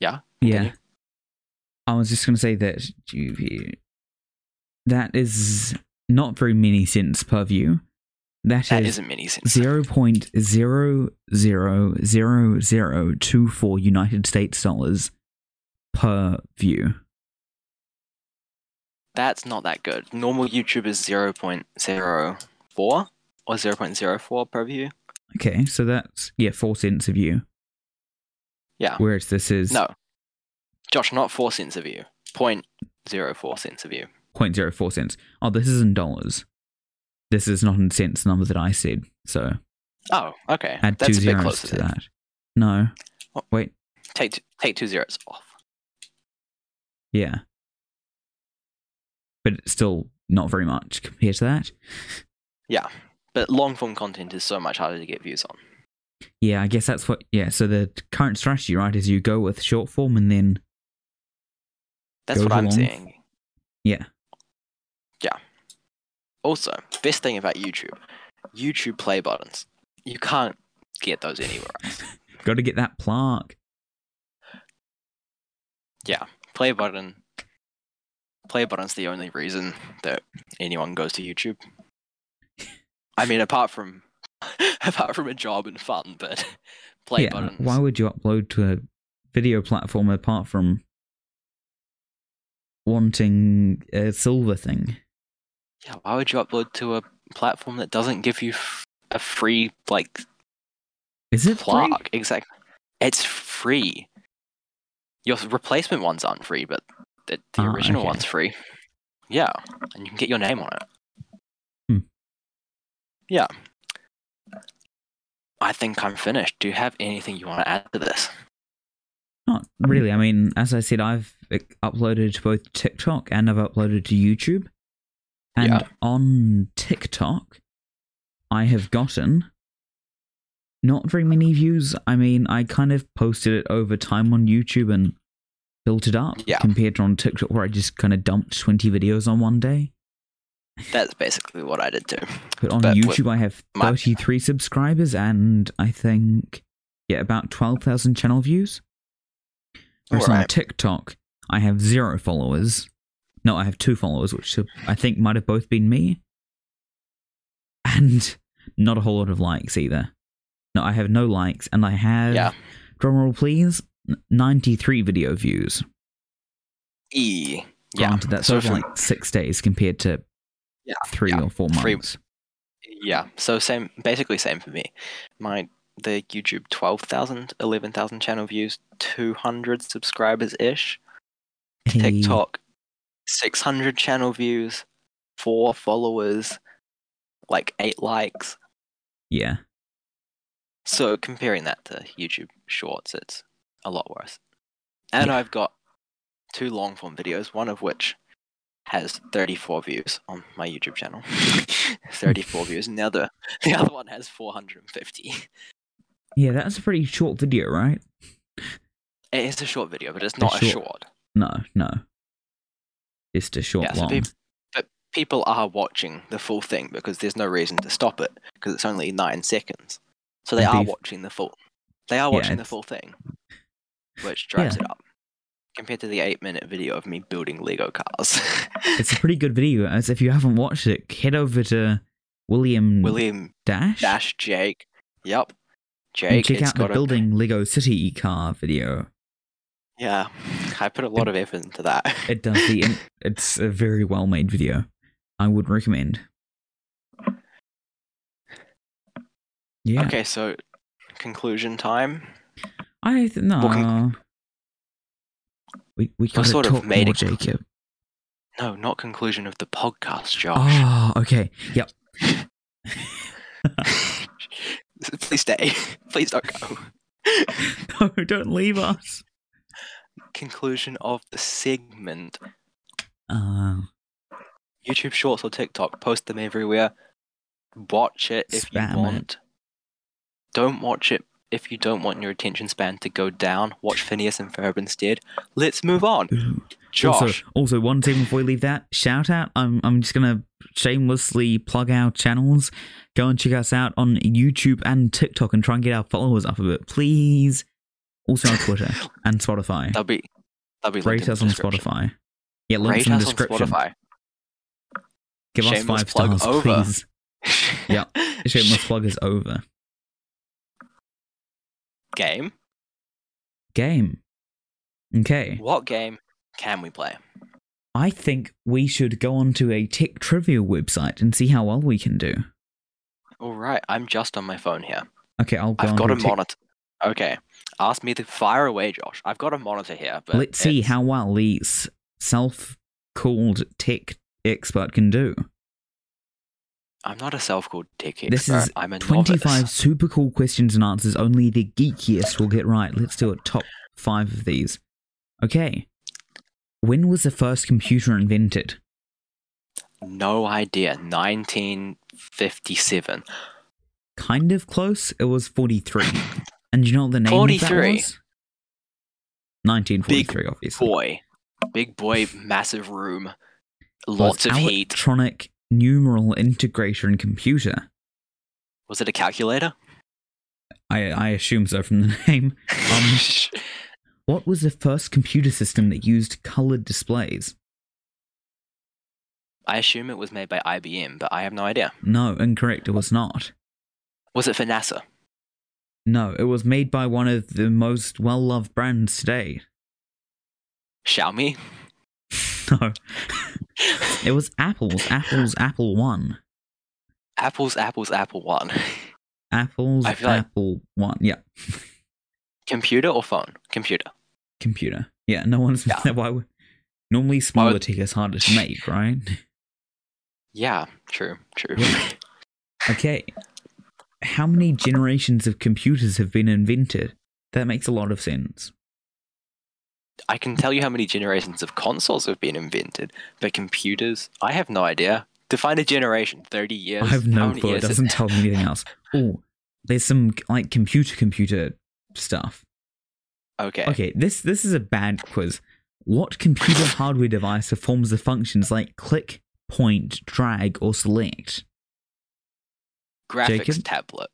Speaker 1: yeah.
Speaker 2: continue.
Speaker 1: I was just going to say that GP, that is not very many cents per view. That
Speaker 2: That
Speaker 1: is
Speaker 2: isn't many cents.
Speaker 1: zero point zero zero zero zero two four United States dollars per view.
Speaker 2: That's not that good. Normal YouTube is 0.04 or 0.04 per view.
Speaker 1: Okay, so that's yeah, four cents a view.
Speaker 2: Yeah.
Speaker 1: Whereas this is
Speaker 2: No. Josh, not 4 cents a view. 0.04 cents a view.
Speaker 1: 0.04 cents. Oh, this is in dollars. This is not in cents the number that I said. So
Speaker 2: Oh, okay.
Speaker 1: add
Speaker 2: That's
Speaker 1: two
Speaker 2: a bit
Speaker 1: zeros
Speaker 2: closer
Speaker 1: to
Speaker 2: then.
Speaker 1: that. No.
Speaker 2: Oh.
Speaker 1: Wait.
Speaker 2: Take, t- take two zeros off.
Speaker 1: Yeah. But it's still not very much compared to that.
Speaker 2: But long form content is so much harder to get views on.
Speaker 1: Yeah, I guess that's what. Yeah. So the current strategy, right, is you go with short form and then
Speaker 2: That's
Speaker 1: Go
Speaker 2: what
Speaker 1: to
Speaker 2: I'm
Speaker 1: long-
Speaker 2: seeing.
Speaker 1: yeah,
Speaker 2: Also, best thing about YouTube, YouTube play buttons. You can't get those anywhere else.
Speaker 1: got to get that plaque.
Speaker 2: play button. Play button's the only reason that anyone goes to YouTube. I mean, apart from apart from a job and fun, but play
Speaker 1: yeah.
Speaker 2: buttons.
Speaker 1: Why would you upload to a video platform apart from wanting a silver thing?
Speaker 2: Yeah, why would you upload to a platform that doesn't give you f- a free like
Speaker 1: Is it free?
Speaker 2: Clark, exactly. It's free. Your replacement ones aren't free, but the, the
Speaker 1: Ah,
Speaker 2: original
Speaker 1: okay.
Speaker 2: one's free. Yeah, and you can get your name on it.
Speaker 1: Hmm.
Speaker 2: Yeah. I think I'm finished. Do you have anything you want to add to this?
Speaker 1: Not really. I mean, as I said, I've like, uploaded to both TikTok and I've uploaded to YouTube. And
Speaker 2: Yeah.
Speaker 1: on TikTok, I have gotten not very many views. I mean, I kind of posted it over time on YouTube and built it up
Speaker 2: Yeah.
Speaker 1: compared to on TikTok, where I just kind of dumped 20 videos on one day.
Speaker 2: That's basically what I did too.
Speaker 1: But on
Speaker 2: But with
Speaker 1: YouTube, I have
Speaker 2: my-
Speaker 1: 33 subscribers and I think, yeah, about 12,000 channel views. Whereas on
Speaker 2: Alright.
Speaker 1: TikTok, I have zero followers. No, I have two followers, which I think might have both been me. And not a whole lot of likes either. No, I have no likes, and I have,
Speaker 2: Yeah.
Speaker 1: drumroll please, 93 video views.
Speaker 2: E. Yeah.
Speaker 1: Granted, that's
Speaker 2: So
Speaker 1: over
Speaker 2: from-
Speaker 1: like six days compared to
Speaker 2: Yeah,
Speaker 1: three
Speaker 2: yeah,
Speaker 1: or four
Speaker 2: three-
Speaker 1: months.
Speaker 2: Yeah. So same, basically same for me. My the YouTube 12,000, 11,000 channel views, 200 subscribers ish.
Speaker 1: Hey,
Speaker 2: TikTok, 600 channel views, four followers, like eight likes.
Speaker 1: Yeah.
Speaker 2: So comparing that to YouTube Shorts, it's a lot worse. And
Speaker 1: Yeah.
Speaker 2: I've got two long form videos, one of which has 34 views on my YouTube channel. 34 views, and the other, the other one has 450.
Speaker 1: Yeah, that's a pretty short video, right?
Speaker 2: It is a short video, but it's
Speaker 1: A
Speaker 2: not a
Speaker 1: short-
Speaker 2: short.
Speaker 1: No, no. Just a short
Speaker 2: Yeah, so
Speaker 1: long.
Speaker 2: peop- but people are watching the full thing because there's no reason to stop it because it's only nine seconds. So they
Speaker 1: And
Speaker 2: are
Speaker 1: they've-
Speaker 2: watching the full. They are
Speaker 1: Yeah,
Speaker 2: watching the
Speaker 1: it's-
Speaker 2: full thing, which drives it up compared to the eight-minute video of me building Lego cars.
Speaker 1: It's a pretty good video. As if you haven't watched it, head over to William,
Speaker 2: William
Speaker 1: Dash,
Speaker 2: Dash Jake. Yep,
Speaker 1: Hmm. and
Speaker 2: Jake.
Speaker 1: check
Speaker 2: it's
Speaker 1: out the
Speaker 2: got a-
Speaker 1: building Lego City car video.
Speaker 2: yeah, I put a lot of effort into that.
Speaker 1: It does the. and it's a very well made video. I would recommend. Yeah.
Speaker 2: Okay, so conclusion time.
Speaker 1: I th- no.
Speaker 2: Well, con-
Speaker 1: we we gotta
Speaker 2: sort of
Speaker 1: talk
Speaker 2: made
Speaker 1: more,
Speaker 2: it-
Speaker 1: Jacob.
Speaker 2: No, not conclusion of the podcast, Josh.
Speaker 1: Oh, okay. Yep. Ah.
Speaker 2: Please stay. Please don't go.
Speaker 1: No, don't leave us.
Speaker 2: Conclusion of the segment.
Speaker 1: Uh,
Speaker 2: YouTube Shorts or TikTok, post them everywhere. Watch it if
Speaker 1: Spam it.
Speaker 2: you want. Don't watch it if you don't want your attention span to go down. Watch Phineas and Ferb instead. Let's move on. Josh,
Speaker 1: Also, also one thing before we leave that shout out. I'm I'm just gonna shamelessly plug our channels. Go and check us out on YouTube and TikTok and try and get our followers up a bit, please. Also on Twitter and Spotify.
Speaker 2: they'll be, they'll be linked
Speaker 1: Rate
Speaker 2: in the
Speaker 1: us on
Speaker 2: description.
Speaker 1: Spotify. Yeah, links
Speaker 2: Rate
Speaker 1: in the
Speaker 2: us on
Speaker 1: description.
Speaker 2: Spotify.
Speaker 1: Give us
Speaker 2: Shameless
Speaker 1: five
Speaker 2: plug
Speaker 1: stars,
Speaker 2: over.
Speaker 1: please. Yeah. Shameless plug is over.
Speaker 2: Game.
Speaker 1: Game. Okay.
Speaker 2: What game can we play?
Speaker 1: I think we should go onto a tech trivia website and see how well we can do.
Speaker 2: All right, I'm just on my phone here.
Speaker 1: Okay, I'll go
Speaker 2: I've got a
Speaker 1: onto tech-
Speaker 2: monitor. Okay. Ask me to fire away, Josh. I've got a monitor here. But
Speaker 1: Let's see
Speaker 2: it's-
Speaker 1: how well the s- self-called tech expert can do.
Speaker 2: I'm not a self-called tech expert.
Speaker 1: This is
Speaker 2: I'm a
Speaker 1: Twenty-five
Speaker 2: novice.
Speaker 1: super cool questions and answers. Only the geekiest will get right. Let's do a top five of these. Okay. When was the first computer invented?
Speaker 2: No idea. 1957.
Speaker 1: Kind of close. It was forty-three. And you know what the name of that
Speaker 2: 43.
Speaker 1: was? Nineteen forty-three, obviously.
Speaker 2: Boy, big boy, massive room,
Speaker 1: Was
Speaker 2: lots of heat.
Speaker 1: electronic numeral integrator and computer.
Speaker 2: Was it a calculator?
Speaker 1: I I assume so from the name. Um, What was the first computer system that used colored displays?
Speaker 2: I assume it was made by IBM, but I have no idea.
Speaker 1: No, incorrect. It was not.
Speaker 2: Was it for NASA?
Speaker 1: No, it was made by one of the most well loved brands today.
Speaker 2: Xiaomi?
Speaker 1: No, it was Apple's. Apple's Apple One.
Speaker 2: Apple's Apple's Apple One.
Speaker 1: Apple's
Speaker 2: I feel like-
Speaker 1: Apple One. Yeah,
Speaker 2: Computer or phone? Computer.
Speaker 1: computer. Yeah, no one's.
Speaker 2: Yeah.
Speaker 1: Why would. Normally, smaller
Speaker 2: would-
Speaker 1: tech is harder to make, right?
Speaker 2: Yeah, true, true.
Speaker 1: Yeah. Okay. How many generations of computers have been invented? That makes a lot of sense.
Speaker 2: I can tell you how many generations of consoles have been invented, but computers, I have no idea. Define a generation, 30 years.
Speaker 1: I have
Speaker 2: how
Speaker 1: no
Speaker 2: many
Speaker 1: clue. It
Speaker 2: years is-
Speaker 1: doesn't tell me anything else. Oh, there's some like computer computer stuff.
Speaker 2: Okay.
Speaker 1: Okay, this this is a bad quiz. What computer hardware device performs the functions like click, point, drag, or select?
Speaker 2: Graphics
Speaker 1: Jacob?
Speaker 2: tablet.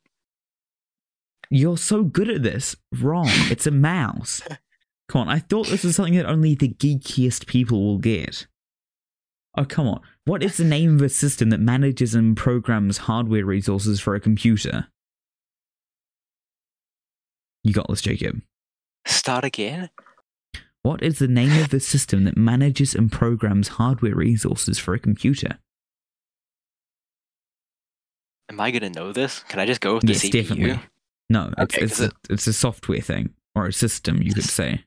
Speaker 1: You're so good at this. Wrong. It's a mouse. Come on, I thought this was something that only the geekiest people will get. Oh, come on. What is the name of a system that manages and programs hardware resources for a computer? You got this, Jacob.
Speaker 2: Start again?
Speaker 1: What is the name of the system that manages and programs hardware resources for a computer?
Speaker 2: Am I gonna know this? Can I just go with the
Speaker 1: Yes,
Speaker 2: CPU?
Speaker 1: definitely. No, it's,
Speaker 2: Okay,
Speaker 1: it's,
Speaker 2: 'cause
Speaker 1: a,
Speaker 2: it-
Speaker 1: it's a software thing, or a system, you could say.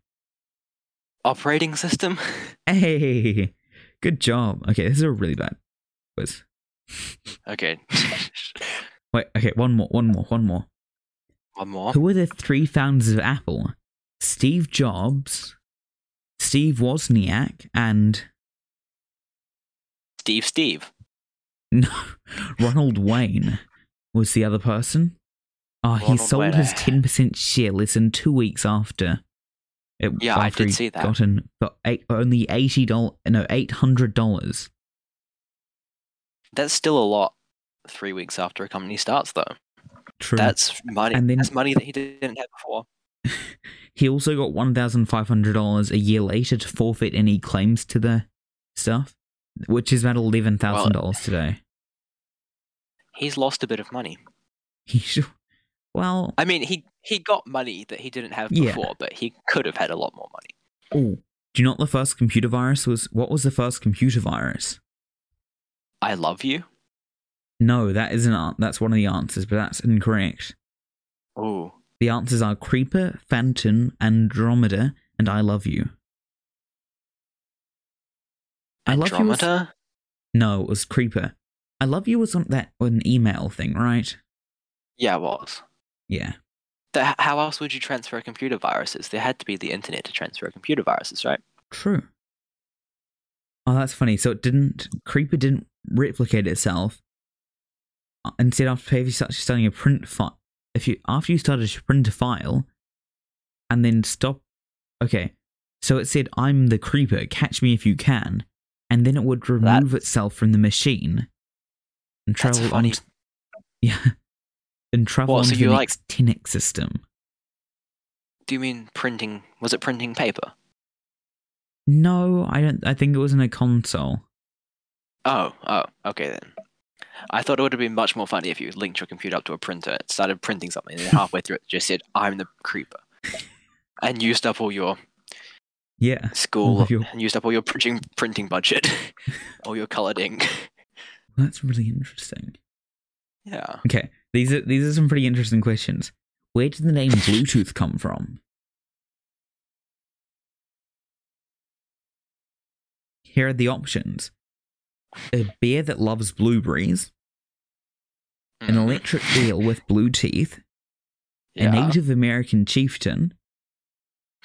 Speaker 2: Operating system?
Speaker 1: Hey, good job. Okay, this is a really bad quiz.
Speaker 2: Okay.
Speaker 1: Wait, okay, one more, one more, one more.
Speaker 2: One more.
Speaker 1: Who were the three founders of Apple? Steve Jobs, Steve Wozniak, and
Speaker 2: Steve Steve.
Speaker 1: no, Ronald Wayne was the other person. Oh, he
Speaker 2: Ronald
Speaker 1: sold
Speaker 2: Wayne.
Speaker 1: his ten percent share less than two weeks after. It,
Speaker 2: Yeah, I
Speaker 1: after
Speaker 2: did
Speaker 1: he'd
Speaker 2: see that.
Speaker 1: Gotten got eight, only eighty dollars, no, eight hundred dollars.
Speaker 2: That's still a lot three weeks after a company starts though.
Speaker 1: True.
Speaker 2: That's money
Speaker 1: And then-
Speaker 2: that's money that he didn't have before.
Speaker 1: He also got one thousand five hundred dollars a year later to forfeit any claims to the stuff, which is about eleven thousand dollars today.
Speaker 2: He's lost a bit of money.
Speaker 1: He should, well,
Speaker 2: I mean he he got money that he didn't have
Speaker 1: Yeah.
Speaker 2: before, but he could have had a lot more money.
Speaker 1: oh, do you know what the first computer virus was? What was the first computer virus?
Speaker 2: I love you.
Speaker 1: No, that isn't. an- That's one of the answers, but that's incorrect.
Speaker 2: Ooh.
Speaker 1: The answers are Creeper, Phantom, Andromeda, and I Love You. I Love You was-
Speaker 2: Andromeda?
Speaker 1: no, it was Creeper. I Love You was on that an email thing, right?
Speaker 2: Yeah, it was.
Speaker 1: Yeah.
Speaker 2: Th- how else would you transfer computer viruses? There had to be the internet to transfer computer viruses, right?
Speaker 1: True. Oh, that's funny. So it didn't. Creeper didn't replicate itself. Uh, Instead, after if you start starting a print file, if you after you started to print a file, and then stop. Okay, so it said, "I'm the creeper. Catch me if you can," and then it would remove itself from the machine and
Speaker 2: That's
Speaker 1: travel
Speaker 2: funny.
Speaker 1: onto- yeah, and travel
Speaker 2: What, so
Speaker 1: onto the
Speaker 2: you, like-
Speaker 1: next Tinix system.
Speaker 2: Do you mean printing? Was it printing paper?
Speaker 1: No, I don't. I think it was in a console.
Speaker 2: Oh, oh, okay then. I thought it would have been much more funny if you linked your computer up to a printer, it started printing something, and then halfway through it just said, I'm the creeper. And used up all your
Speaker 1: Yeah.
Speaker 2: school,
Speaker 1: of your-
Speaker 2: and used up all your printing, printing budget, all your colored ink.
Speaker 1: That's really interesting.
Speaker 2: Yeah.
Speaker 1: Okay, these are these are some pretty interesting questions. Where did the name Bluetooth come from? Here are the options: a bear that loves blueberries, an
Speaker 2: Mhm.
Speaker 1: electric eel with blue teeth,
Speaker 2: yeah.
Speaker 1: a Native American chieftain,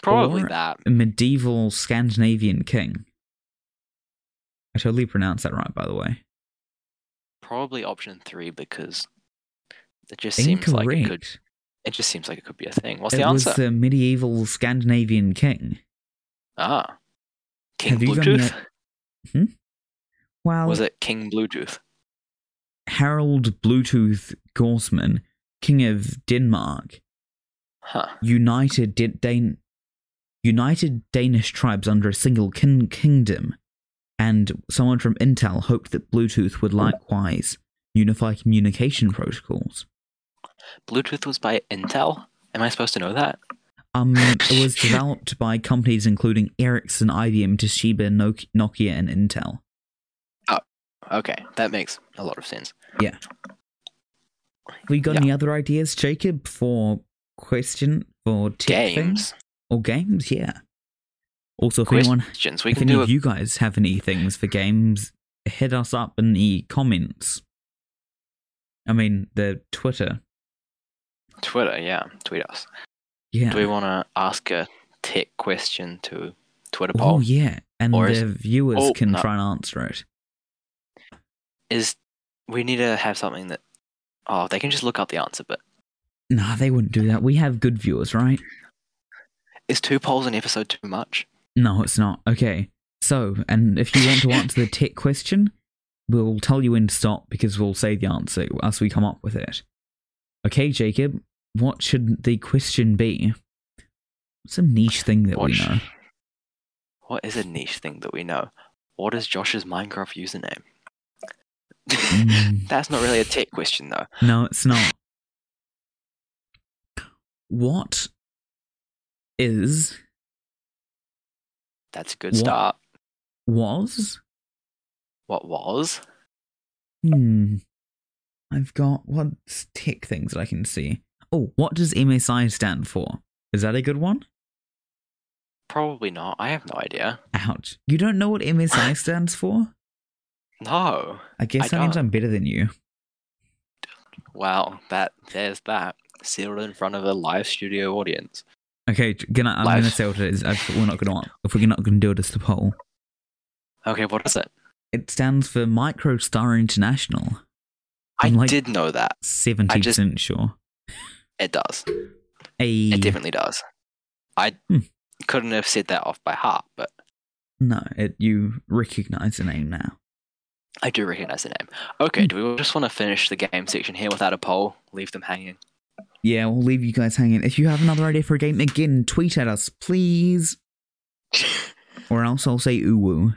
Speaker 2: Probably
Speaker 1: or-
Speaker 2: that.
Speaker 1: a medieval Scandinavian king. I totally pronounced that right, by the way.
Speaker 2: Probably option three because it just seems like it could.
Speaker 1: Incorrect.
Speaker 2: It just seems like it could be a thing. What's
Speaker 1: it
Speaker 2: the answer?
Speaker 1: was the medieval Scandinavian king.
Speaker 2: Ah, King
Speaker 1: uh, Have you done
Speaker 2: Bluetooth.
Speaker 1: Well,
Speaker 2: Was it King Bluetooth?
Speaker 1: Harold Bluetooth Gorseman, King of Denmark,
Speaker 2: Huh.
Speaker 1: united Dan- Dan- united Danish tribes under a single kin- kingdom, and someone from Intel hoped that Bluetooth
Speaker 2: Oh.
Speaker 1: would likewise unify communication protocols.
Speaker 2: Bluetooth was by Intel. Am I supposed to know that?
Speaker 1: Um, it was developed by companies including Ericsson, IBM, Toshiba, Nok- Nokia, and Intel.
Speaker 2: Okay, that makes a lot of sense.
Speaker 1: Have you got
Speaker 2: Yeah.
Speaker 1: any other ideas, Jacob, for question for tech things?
Speaker 2: Games,
Speaker 1: or games, yeah. Also, if anyone,
Speaker 2: questions. We
Speaker 1: if
Speaker 2: can
Speaker 1: any
Speaker 2: do
Speaker 1: of
Speaker 2: it.
Speaker 1: you guys have any things for games, hit us up in the comments. I mean, the Twitter.
Speaker 2: Twitter, yeah, tweet us.
Speaker 1: Yeah.
Speaker 2: Do we want to ask a tech question to Twitter poll?
Speaker 1: oh, yeah. And
Speaker 2: Or is-
Speaker 1: the viewers
Speaker 2: oh,
Speaker 1: can
Speaker 2: no.
Speaker 1: try and answer it.
Speaker 2: Is we need to have something that? Oh, they can just look up the answer. But
Speaker 1: Nah, they wouldn't do that. We have good viewers, right?
Speaker 2: is two polls an episode too much?
Speaker 1: No, it's not. Okay. So, and if you want to answer the tech question, we'll tell you when to stop because we'll say the answer as we come up with it. Okay, Jacob, what should the question be? Some niche thing that
Speaker 2: Watch.
Speaker 1: we know.
Speaker 2: What is a niche thing that we know? What is Josh's Minecraft username?
Speaker 1: Mm.
Speaker 2: That's not really a tech question though.
Speaker 1: No, it's not. What is
Speaker 2: That's a good
Speaker 1: What?
Speaker 2: start.
Speaker 1: was?
Speaker 2: What was?
Speaker 1: Hmm. I've got what's tech things that I can see. Oh, what does MSI stand for? Is that a good one?
Speaker 2: Probably not. I have no idea.
Speaker 1: Ouch. You don't know what MSI stands for?
Speaker 2: No.
Speaker 1: I guess
Speaker 2: I
Speaker 1: that means
Speaker 2: don't.
Speaker 1: I'm better than you.
Speaker 2: Well, that there's that. Sealed in front of a live studio audience.
Speaker 1: Okay, j- can I, I'm
Speaker 2: Live.
Speaker 1: going to say what it is. I, we're not going to. If we're not going to do it, it's the poll.
Speaker 2: Okay, what is it?
Speaker 1: It stands for MicroStar International.
Speaker 2: I
Speaker 1: I'm like-
Speaker 2: did know that.
Speaker 1: Seventy
Speaker 2: just-
Speaker 1: percent sure.
Speaker 2: It does.
Speaker 1: A
Speaker 2: It definitely does. I
Speaker 1: Hmm.
Speaker 2: couldn't have said that off by heart, but
Speaker 1: no, it, you recognize the name now.
Speaker 2: I do recognize the name.
Speaker 1: Hmm.
Speaker 2: Okay, do we just want to finish the game section here without a poll? Leave them hanging.
Speaker 1: Yeah, we'll leave you guys hanging. If you have another idea for a game, again, tweet at us, please. Or else I'll say ooh woo.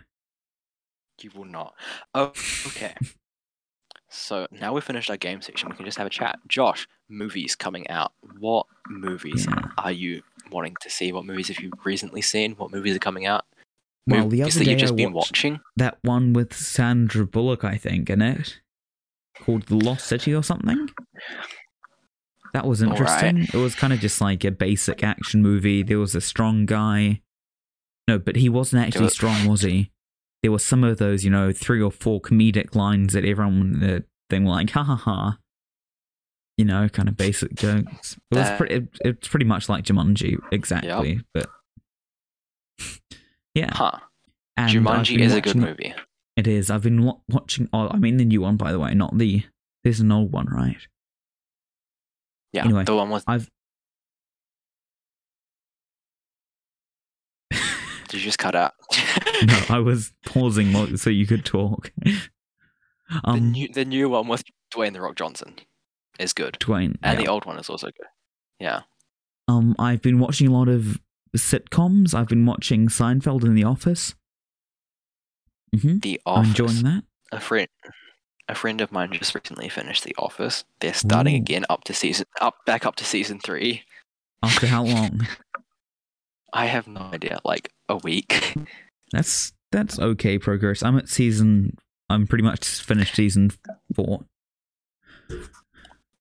Speaker 2: you will not. Oh, okay. so now we've finished our game section. We can just have a chat. Josh, movies coming out. What movies
Speaker 1: Yeah.
Speaker 2: are you wanting to see? What movies have you recently seen? What movies are coming out?
Speaker 1: Well, the
Speaker 2: movies
Speaker 1: other
Speaker 2: that
Speaker 1: day
Speaker 2: you've just
Speaker 1: I
Speaker 2: been
Speaker 1: watched
Speaker 2: watching.
Speaker 1: that one with Sandra Bullock, I think, in it, called The Lost City or something. That was
Speaker 2: All right.
Speaker 1: interesting. It was kind of just like a basic action movie. There was a strong guy. No, but he wasn't actually
Speaker 2: was-
Speaker 1: strong, was he? There were some of those, you know, three or four comedic lines that everyone in the thing were like, ha ha ha. You know, kind of basic jokes. It was
Speaker 2: That-
Speaker 1: pretty. It, it's pretty much like Jumanji, exactly. But yeah,
Speaker 2: Huh.
Speaker 1: and I've
Speaker 2: Jumanji
Speaker 1: been
Speaker 2: is a good
Speaker 1: watching-
Speaker 2: movie.
Speaker 1: it is. I've been lo- watching. Oh, I mean the new one, by the way, not the. There's an old one, right?
Speaker 2: Yeah,
Speaker 1: anyway,
Speaker 2: the one with.
Speaker 1: I've-
Speaker 2: Did you just cut out?
Speaker 1: No, I was pausing while- so you could talk.
Speaker 2: the,
Speaker 1: Um,
Speaker 2: new, the new one with Dwayne The Rock Johnson is good.
Speaker 1: Dwayne.
Speaker 2: And
Speaker 1: yeah.
Speaker 2: the old one is also good. Yeah.
Speaker 1: Um, I've been watching a lot of sitcoms. I've been watching Seinfeld and The Office. hmm
Speaker 2: The
Speaker 1: I'm
Speaker 2: Office.
Speaker 1: enjoying that.
Speaker 2: a friend a friend of mine just recently finished The Office. They're starting
Speaker 1: Ooh.
Speaker 2: again up to season up back up to season three.
Speaker 1: After how long?
Speaker 2: I have no idea, like a week.
Speaker 1: that's that's okay progress. I'm at season. I'm pretty much finished season four.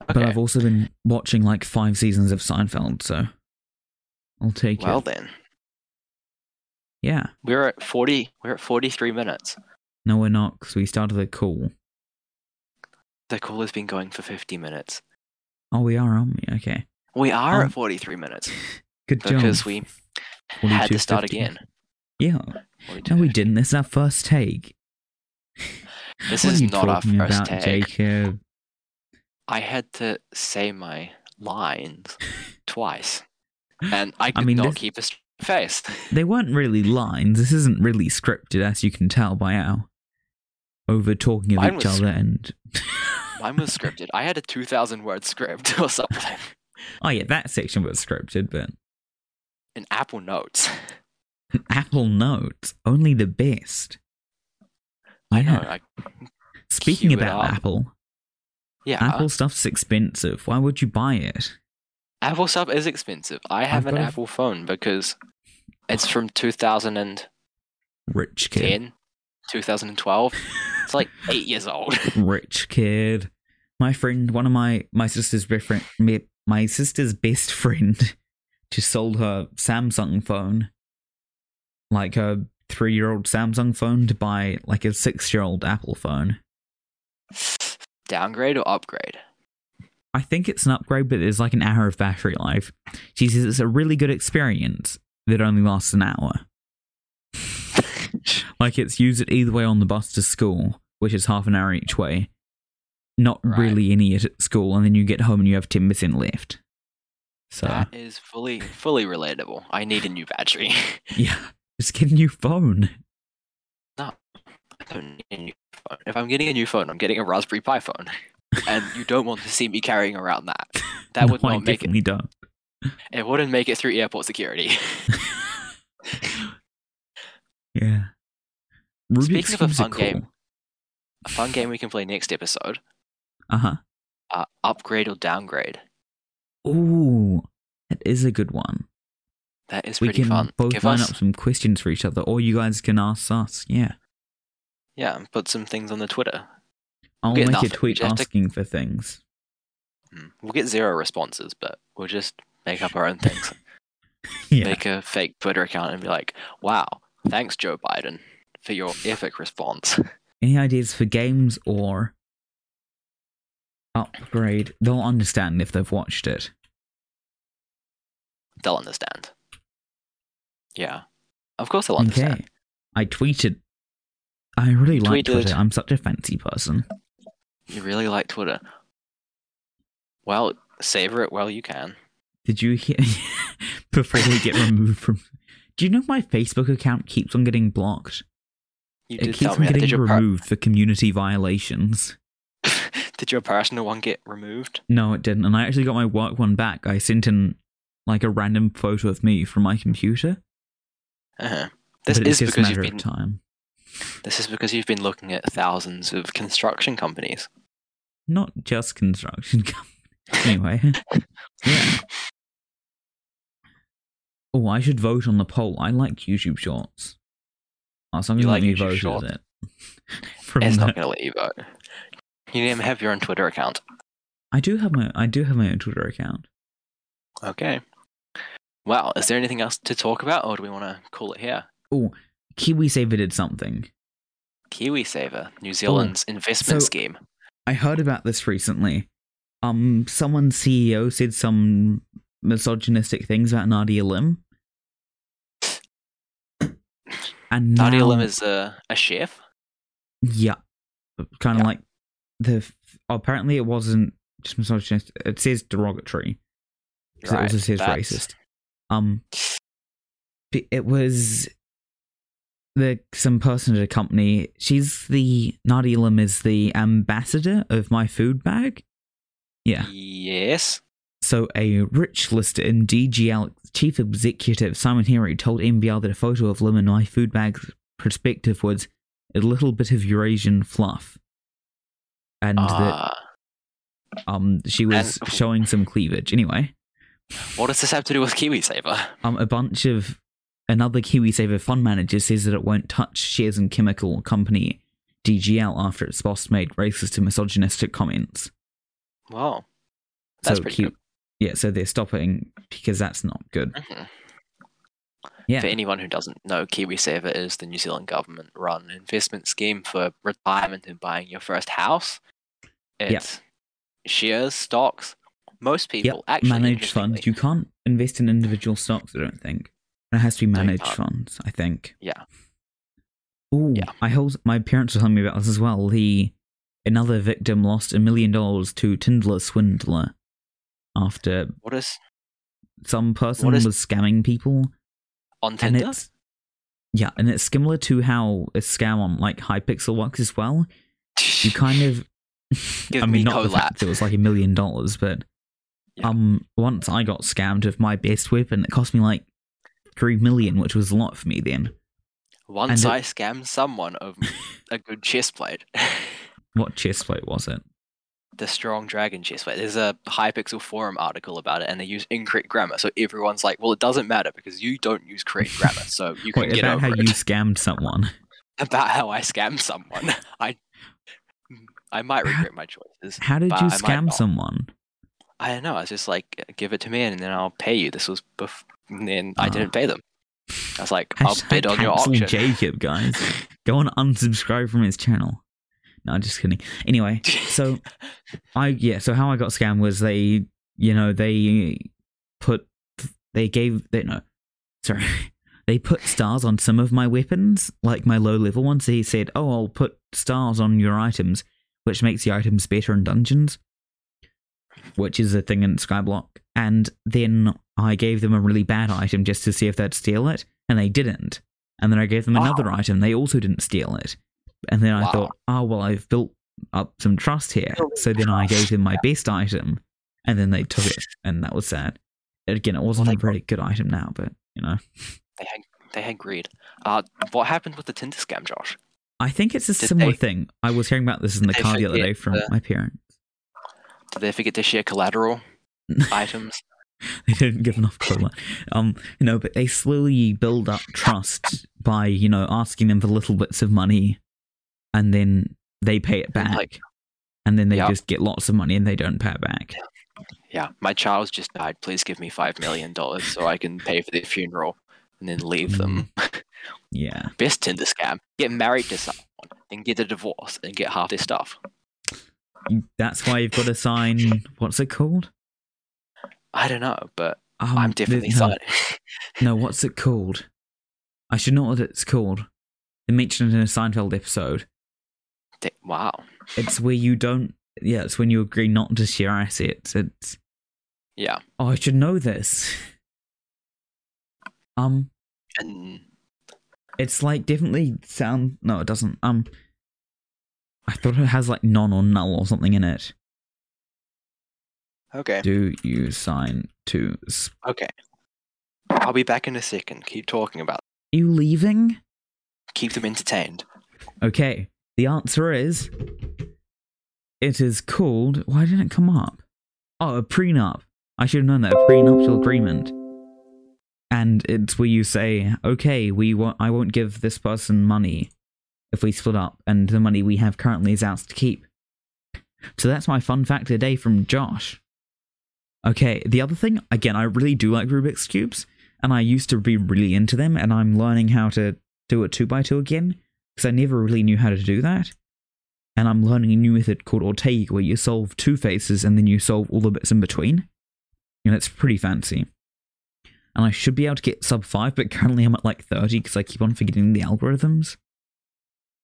Speaker 1: But
Speaker 2: Okay.
Speaker 1: I've also been watching like five seasons of Seinfeld, so I'll take
Speaker 2: Well
Speaker 1: it.
Speaker 2: then.
Speaker 1: Yeah.
Speaker 2: We're at forty we're at forty three minutes.
Speaker 1: No, we're not, because we started the call.
Speaker 2: The call has been going for fifty minutes.
Speaker 1: Oh, we are, aren't we? Okay.
Speaker 2: We are
Speaker 1: Um,
Speaker 2: at forty three minutes.
Speaker 1: Good job.
Speaker 2: Because we had to start
Speaker 1: 42.50.
Speaker 2: again.
Speaker 1: Yeah.
Speaker 2: 42.
Speaker 1: No, we didn't. This is our first take.
Speaker 2: This
Speaker 1: What are
Speaker 2: is
Speaker 1: you
Speaker 2: not our
Speaker 1: talking
Speaker 2: first
Speaker 1: about,
Speaker 2: take.
Speaker 1: Jacob?
Speaker 2: I had to say my lines twice. And I could
Speaker 1: mean,
Speaker 2: not
Speaker 1: this-
Speaker 2: keep a straight face.
Speaker 1: They weren't really lines. This isn't really scripted, as you can tell by our over talking of
Speaker 2: Mine
Speaker 1: each
Speaker 2: was-
Speaker 1: other. And
Speaker 2: Mine was scripted. I had a 2,000 word script or something
Speaker 1: oh yeah, that section was scripted, but
Speaker 2: in Apple Notes.
Speaker 1: Apple Notes only the best. I
Speaker 2: No, I,
Speaker 1: Speaking
Speaker 2: Cue it
Speaker 1: about
Speaker 2: up.
Speaker 1: Apple,
Speaker 2: yeah. Apple,
Speaker 1: Apple stuff's expensive. Why would you buy it?
Speaker 2: Apple stuff is expensive. I have an
Speaker 1: got a-
Speaker 2: Apple phone because it's from 2010,
Speaker 1: Rich kid.
Speaker 2: 2012. It's like eight years old.
Speaker 1: rich kid. My friend, one of my my sister's best friend, me, my sister's best friend, just sold her Samsung phone, like her three year old Samsung phone, to buy like a six year old Apple phone.
Speaker 2: Downgrade or upgrade?
Speaker 1: I think it's an upgrade, but there's like an hour of battery life. She says it's a really good experience that only lasts an hour. like it's use it either way on the bus to school, which is half an hour each way. Not
Speaker 2: Right.
Speaker 1: really any at school, and then you get home and you have ten percent left. So
Speaker 2: That is fully fully relatable. I need a new battery.
Speaker 1: yeah, just get a new phone.
Speaker 2: I don't need a new phone. If I'm getting a new phone, I'm getting a Raspberry Pi phone. And you don't want to see me carrying around that. That would
Speaker 1: No, I
Speaker 2: not make it
Speaker 1: definitely don't.
Speaker 2: It wouldn't make it through airport security.
Speaker 1: Yeah. Rubik's
Speaker 2: Speaking of a
Speaker 1: cubes are
Speaker 2: fun game- A fun game we can play next episode.
Speaker 1: Uh-huh.
Speaker 2: Uh, upgrade or downgrade.
Speaker 1: Ooh, that is a good one.
Speaker 2: That is
Speaker 1: we
Speaker 2: pretty
Speaker 1: can
Speaker 2: fun.
Speaker 1: both
Speaker 2: Give
Speaker 1: line
Speaker 2: us
Speaker 1: up some questions for each other, or you guys can ask us. Yeah.
Speaker 2: yeah, and put some things on the Twitter.
Speaker 1: I'll
Speaker 2: get
Speaker 1: make
Speaker 2: nothing.
Speaker 1: a tweet
Speaker 2: Just a-
Speaker 1: asking for things.
Speaker 2: Hmm. We'll get zero responses, but we'll just make up our own things.
Speaker 1: Yeah.
Speaker 2: Make a fake Twitter account and be like, "Wow, thanks Joe Biden for your epic response."
Speaker 1: Any ideas for games or upgrade? They'll understand if they've watched it.
Speaker 2: they'll understand. Yeah, of course they'll understand.
Speaker 1: Okay. I tweeted. I really like
Speaker 2: tweeted.
Speaker 1: Twitter. I'm such a fancy person.
Speaker 2: You really like Twitter. Well, savor it while you can.
Speaker 1: Did you hear? Before we get removed from. Do you know my Facebook account keeps on getting blocked?
Speaker 2: You
Speaker 1: It
Speaker 2: did
Speaker 1: keeps
Speaker 2: tell
Speaker 1: on
Speaker 2: me that. Did
Speaker 1: getting
Speaker 2: your, per-
Speaker 1: removed for community violations.
Speaker 2: did your personal one get removed?
Speaker 1: No, it didn't. And I actually got my work one back. I sent in like a random photo of me from my computer.
Speaker 2: Uh-huh. This
Speaker 1: but it's
Speaker 2: is
Speaker 1: just
Speaker 2: because
Speaker 1: a
Speaker 2: you've
Speaker 1: matter
Speaker 2: been.
Speaker 1: of time.
Speaker 2: This is because you've been looking at thousands of construction companies.
Speaker 1: Not just construction company. anyway. yeah. Oh, I should vote on the poll. I like YouTube Shorts. Oh, something
Speaker 2: You
Speaker 1: let
Speaker 2: like
Speaker 1: me
Speaker 2: YouTube
Speaker 1: vote
Speaker 2: Shorts?
Speaker 1: at it. From
Speaker 2: it's
Speaker 1: the-
Speaker 2: not going to let you vote. You need to have your own Twitter account.
Speaker 1: I do have my I do have my own Twitter account.
Speaker 2: Okay. Well, is there anything else to talk about, or do we want to call it here?
Speaker 1: KiwiSaver did something.
Speaker 2: KiwiSaver, New Zealand's investment
Speaker 1: so-
Speaker 2: scheme.
Speaker 1: I heard about this recently. Um, someone CEO said some misogynistic things about Nadia Lim. And now,
Speaker 2: Nadia Lim is a, a chef.
Speaker 1: yeah, kind of
Speaker 2: Yeah.
Speaker 1: like the. f- Apparently, it wasn't just misogynistic. It says derogatory. 'cause it also says
Speaker 2: that's-
Speaker 1: racist. Um, b- it was the some person at a company. She's the Nadia Lim is the ambassador of my food bag. Yeah.
Speaker 2: Yes.
Speaker 1: So a rich lister in DGL chief executive Simon Henry told NBR that a photo of Lim in my food bag's perspective was a little bit of Eurasian fluff, and
Speaker 2: Ah,
Speaker 1: that um she was
Speaker 2: and-
Speaker 1: showing some cleavage. Anyway,
Speaker 2: what does this have to do with KiwiSaver?
Speaker 1: um, a bunch of another KiwiSaver fund manager says that it won't touch shares in chemical company DGL after its boss made racist and misogynistic comments.
Speaker 2: Wow. That's pretty
Speaker 1: Ki- Yeah, so they're stopping because that's not good.
Speaker 2: good. Mhm.
Speaker 1: Yeah.
Speaker 2: For anyone who doesn't know, KiwiSaver is the New Zealand government run investment scheme for retirement and buying your first house. It's shares, stocks. Most people
Speaker 1: Yep,
Speaker 2: actually
Speaker 1: managed funds.
Speaker 2: interestingly-
Speaker 1: You can't invest in individual stocks, I don't think. It has to be
Speaker 2: No, you
Speaker 1: managed
Speaker 2: can't.
Speaker 1: funds, I think.
Speaker 2: Yeah.
Speaker 1: Ooh,
Speaker 2: Yeah.
Speaker 1: I hold my parents were telling me about this as well. The another victim lost a million dollars to Tindler swindler after
Speaker 2: What is
Speaker 1: some person
Speaker 2: What is-
Speaker 1: was scamming people
Speaker 2: on
Speaker 1: and
Speaker 2: Tinder?
Speaker 1: it's yeah and it's similar to how a scam on like hypixel works as well you kind of
Speaker 2: Give
Speaker 1: i mean
Speaker 2: me
Speaker 1: not the fact
Speaker 2: Colab.
Speaker 1: that it was like a million dollars but
Speaker 2: Yeah.
Speaker 1: um once i got scammed of my best weapon it cost me like three million which was a lot for me then
Speaker 2: Once
Speaker 1: and
Speaker 2: I scammed someone of a good chest plate.
Speaker 1: what chest plate was it
Speaker 2: the strong dragon chest plate. There's a Hypixel forum article about it, and they use incorrect grammar. So everyone's like, "Well, it doesn't matter because you don't use correct grammar, so you can
Speaker 1: Wait,
Speaker 2: get
Speaker 1: about
Speaker 2: over
Speaker 1: how
Speaker 2: it."
Speaker 1: you scammed someone
Speaker 2: about how I scammed someone, I I might regret my choices.
Speaker 1: how did
Speaker 2: But
Speaker 1: you
Speaker 2: I might
Speaker 1: scam
Speaker 2: not.
Speaker 1: someone
Speaker 2: I don't know. I was just like, "Give it to me, and then I'll pay you." This was before, and then I
Speaker 1: Ah.
Speaker 2: didn't pay them. I was like, "I'll
Speaker 1: Hashtag
Speaker 2: bid on your
Speaker 1: cancel
Speaker 2: auction."
Speaker 1: jacob guys go and unsubscribe from his channel no just kidding anyway so I yeah. So how I got scammed was they, you know, they put they gave they no, sorry, they put stars on some of my weapons, like my low level ones. He said, "Oh, I'll put stars on your items, which makes the items better in dungeons," which is a thing in Skyblock. And then I gave them a really bad item just to see if they'd steal it, and they didn't. And then I gave them
Speaker 2: Wow.
Speaker 1: another item, they also didn't steal it. And then I
Speaker 2: Wow.
Speaker 1: thought, oh well, I've built up some trust here.
Speaker 2: Building
Speaker 1: So then I
Speaker 2: trust,
Speaker 1: gave them my best item, and then they took it, and that was sad. Again, it wasn't
Speaker 2: Well,
Speaker 1: a
Speaker 2: they-
Speaker 1: very good item now, but you know,
Speaker 2: They had they had greed. Uh, what happened with the Tinder scam, Josh?
Speaker 1: I think it's a
Speaker 2: Did
Speaker 1: similar
Speaker 2: they-
Speaker 1: thing. I was hearing about this in the
Speaker 2: did they
Speaker 1: car the other
Speaker 2: forget
Speaker 1: day from
Speaker 2: the-
Speaker 1: my parents.
Speaker 2: Did they forget to share collateral items?
Speaker 1: they didn't give enough color. Um, you know, but they slowly build up trust by you know asking them for little bits of money, and then they pay it
Speaker 2: And,
Speaker 1: back,
Speaker 2: like-
Speaker 1: and then they
Speaker 2: Yeah.
Speaker 1: just get lots of money and they don't pay it back.
Speaker 2: Yeah, my child's just died. Please give me five million dollars so I can pay for their funeral and then leave them.
Speaker 1: Yeah,
Speaker 2: Best Tinder scam. Get married to someone and get a divorce and get half their stuff.
Speaker 1: You- that's why you've got to sign. What's it called?
Speaker 2: I don't know, but
Speaker 1: Um,
Speaker 2: I'm
Speaker 1: the-
Speaker 2: definitely
Speaker 1: no,
Speaker 2: signing.
Speaker 1: No, what's it called? I should know what it's called. They mentioned it in a Seinfeld episode.
Speaker 2: Da- Wow.
Speaker 1: It's where you don't. Yeah, it's when you agree not to share assets. It's
Speaker 2: Yeah.
Speaker 1: Oh, I should know this. Um,
Speaker 2: And
Speaker 1: it's like definitely sound. No, it doesn't. Um, I thought it has like non or null or something in it.
Speaker 2: okay.
Speaker 1: Do you sign to? Sp-
Speaker 2: Okay. I'll be back in a second. Keep talking about.
Speaker 1: you leaving?
Speaker 2: Keep them entertained.
Speaker 1: Okay. The answer is. It is called. Why didn't it come up? Oh, a prenup. I should have known that a prenuptial agreement. And it's where you say, "Okay, we won't. I won't give this person money if we split up, and the money we have currently is ours to keep." So that's my fun fact of the day from Josh. Okay, the other thing, again, I really do like Rubik's cubes, and I used to be really into them, and I'm learning how to do it two by two again because I never really knew how to do that. And I'm learning a new method called Ortega, where you solve two faces and then you solve all the bits in between. And it's pretty fancy. And I should be able to get sub 5, but currently I'm at like 30 because I keep on forgetting the algorithms.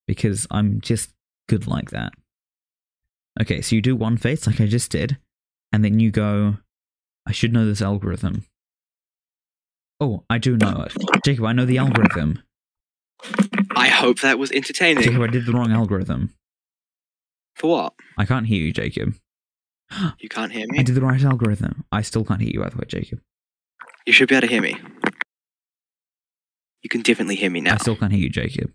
Speaker 1: Because I'm just good like that. Okay, so you do one face like I just did, and then you go, I should know this algorithm. Oh, I do know it. Jacob, I know the algorithm.
Speaker 2: I hope that was entertaining.
Speaker 1: Jacob, I did the wrong algorithm.
Speaker 2: For what?
Speaker 1: I can't hear you, Jacob.
Speaker 2: You can't hear
Speaker 1: I
Speaker 2: me.
Speaker 1: did the right algorithm. I still can't hear you, by the way, Jacob.
Speaker 2: You should be able to hear me. You can definitely hear me
Speaker 1: I
Speaker 2: now.
Speaker 1: still can't hear you, Jacob.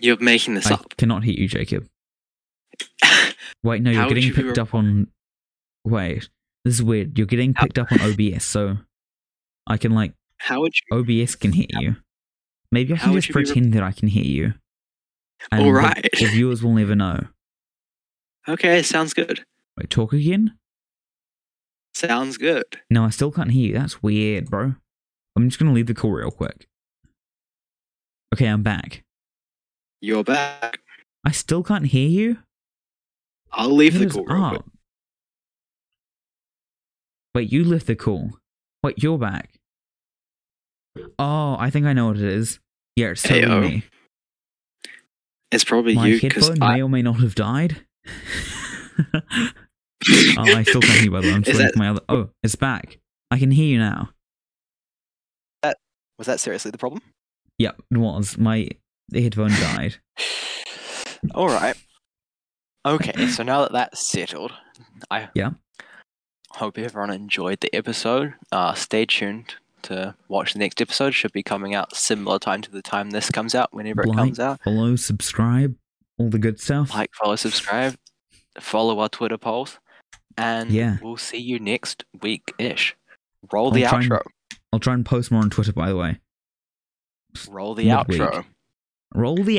Speaker 2: You're making this
Speaker 1: I
Speaker 2: up.
Speaker 1: cannot hear you, Jacob. Wait, no, you're
Speaker 2: How would
Speaker 1: getting
Speaker 2: you be
Speaker 1: picked up on. Wait, this is weird. You're getting
Speaker 2: How-
Speaker 1: picked up on OBS, so I can like
Speaker 2: How would you?
Speaker 1: OBS can hear you. Maybe I
Speaker 2: How
Speaker 1: can
Speaker 2: would
Speaker 1: just
Speaker 2: you be re-
Speaker 1: pretend that I can hear you. And
Speaker 2: All
Speaker 1: the-
Speaker 2: right.
Speaker 1: The, viewers will never know.
Speaker 2: Okay, sounds good.
Speaker 1: Wait, talk again?
Speaker 2: Sounds good.
Speaker 1: No, I still can't hear you. That's weird, bro. I'm just gonna leave the call real quick. Okay, I'm back.
Speaker 2: You're back.
Speaker 1: I still can't hear you.
Speaker 2: I'll leave the
Speaker 1: What is
Speaker 2: call real quick.
Speaker 1: up? Wait, you left the call. Wait, you're back. Oh, I think I know what it is. Yeah, it's totally
Speaker 2: Ayo.
Speaker 1: me.
Speaker 2: It's probably
Speaker 1: My
Speaker 2: oh, you because
Speaker 1: headphone
Speaker 2: I,
Speaker 1: may or may not have died. oh, I still can't hear you, by the way. I'm
Speaker 2: Is
Speaker 1: still
Speaker 2: that-
Speaker 1: my other. Oh, it's back. I can hear you now.
Speaker 2: was that seriously the problem?
Speaker 1: Yep, it was. My headphone died.
Speaker 2: All right. Okay, so now that that's settled, I
Speaker 1: Yeah.
Speaker 2: hope everyone enjoyed the episode. Uh, stay tuned to watch the next episode. Should be coming out similar time to the time this comes out, whenever it
Speaker 1: Like,
Speaker 2: comes out.
Speaker 1: follow, subscribe, all the good stuff.
Speaker 2: Like, follow, subscribe, follow our Twitter polls, and
Speaker 1: Yeah.
Speaker 2: we'll see you next week ish. Roll
Speaker 1: I'll
Speaker 2: the
Speaker 1: try and-
Speaker 2: outro.
Speaker 1: I'll try and post more on Twitter, by the way.
Speaker 2: Roll the
Speaker 1: midweek.
Speaker 2: outro.
Speaker 1: Roll the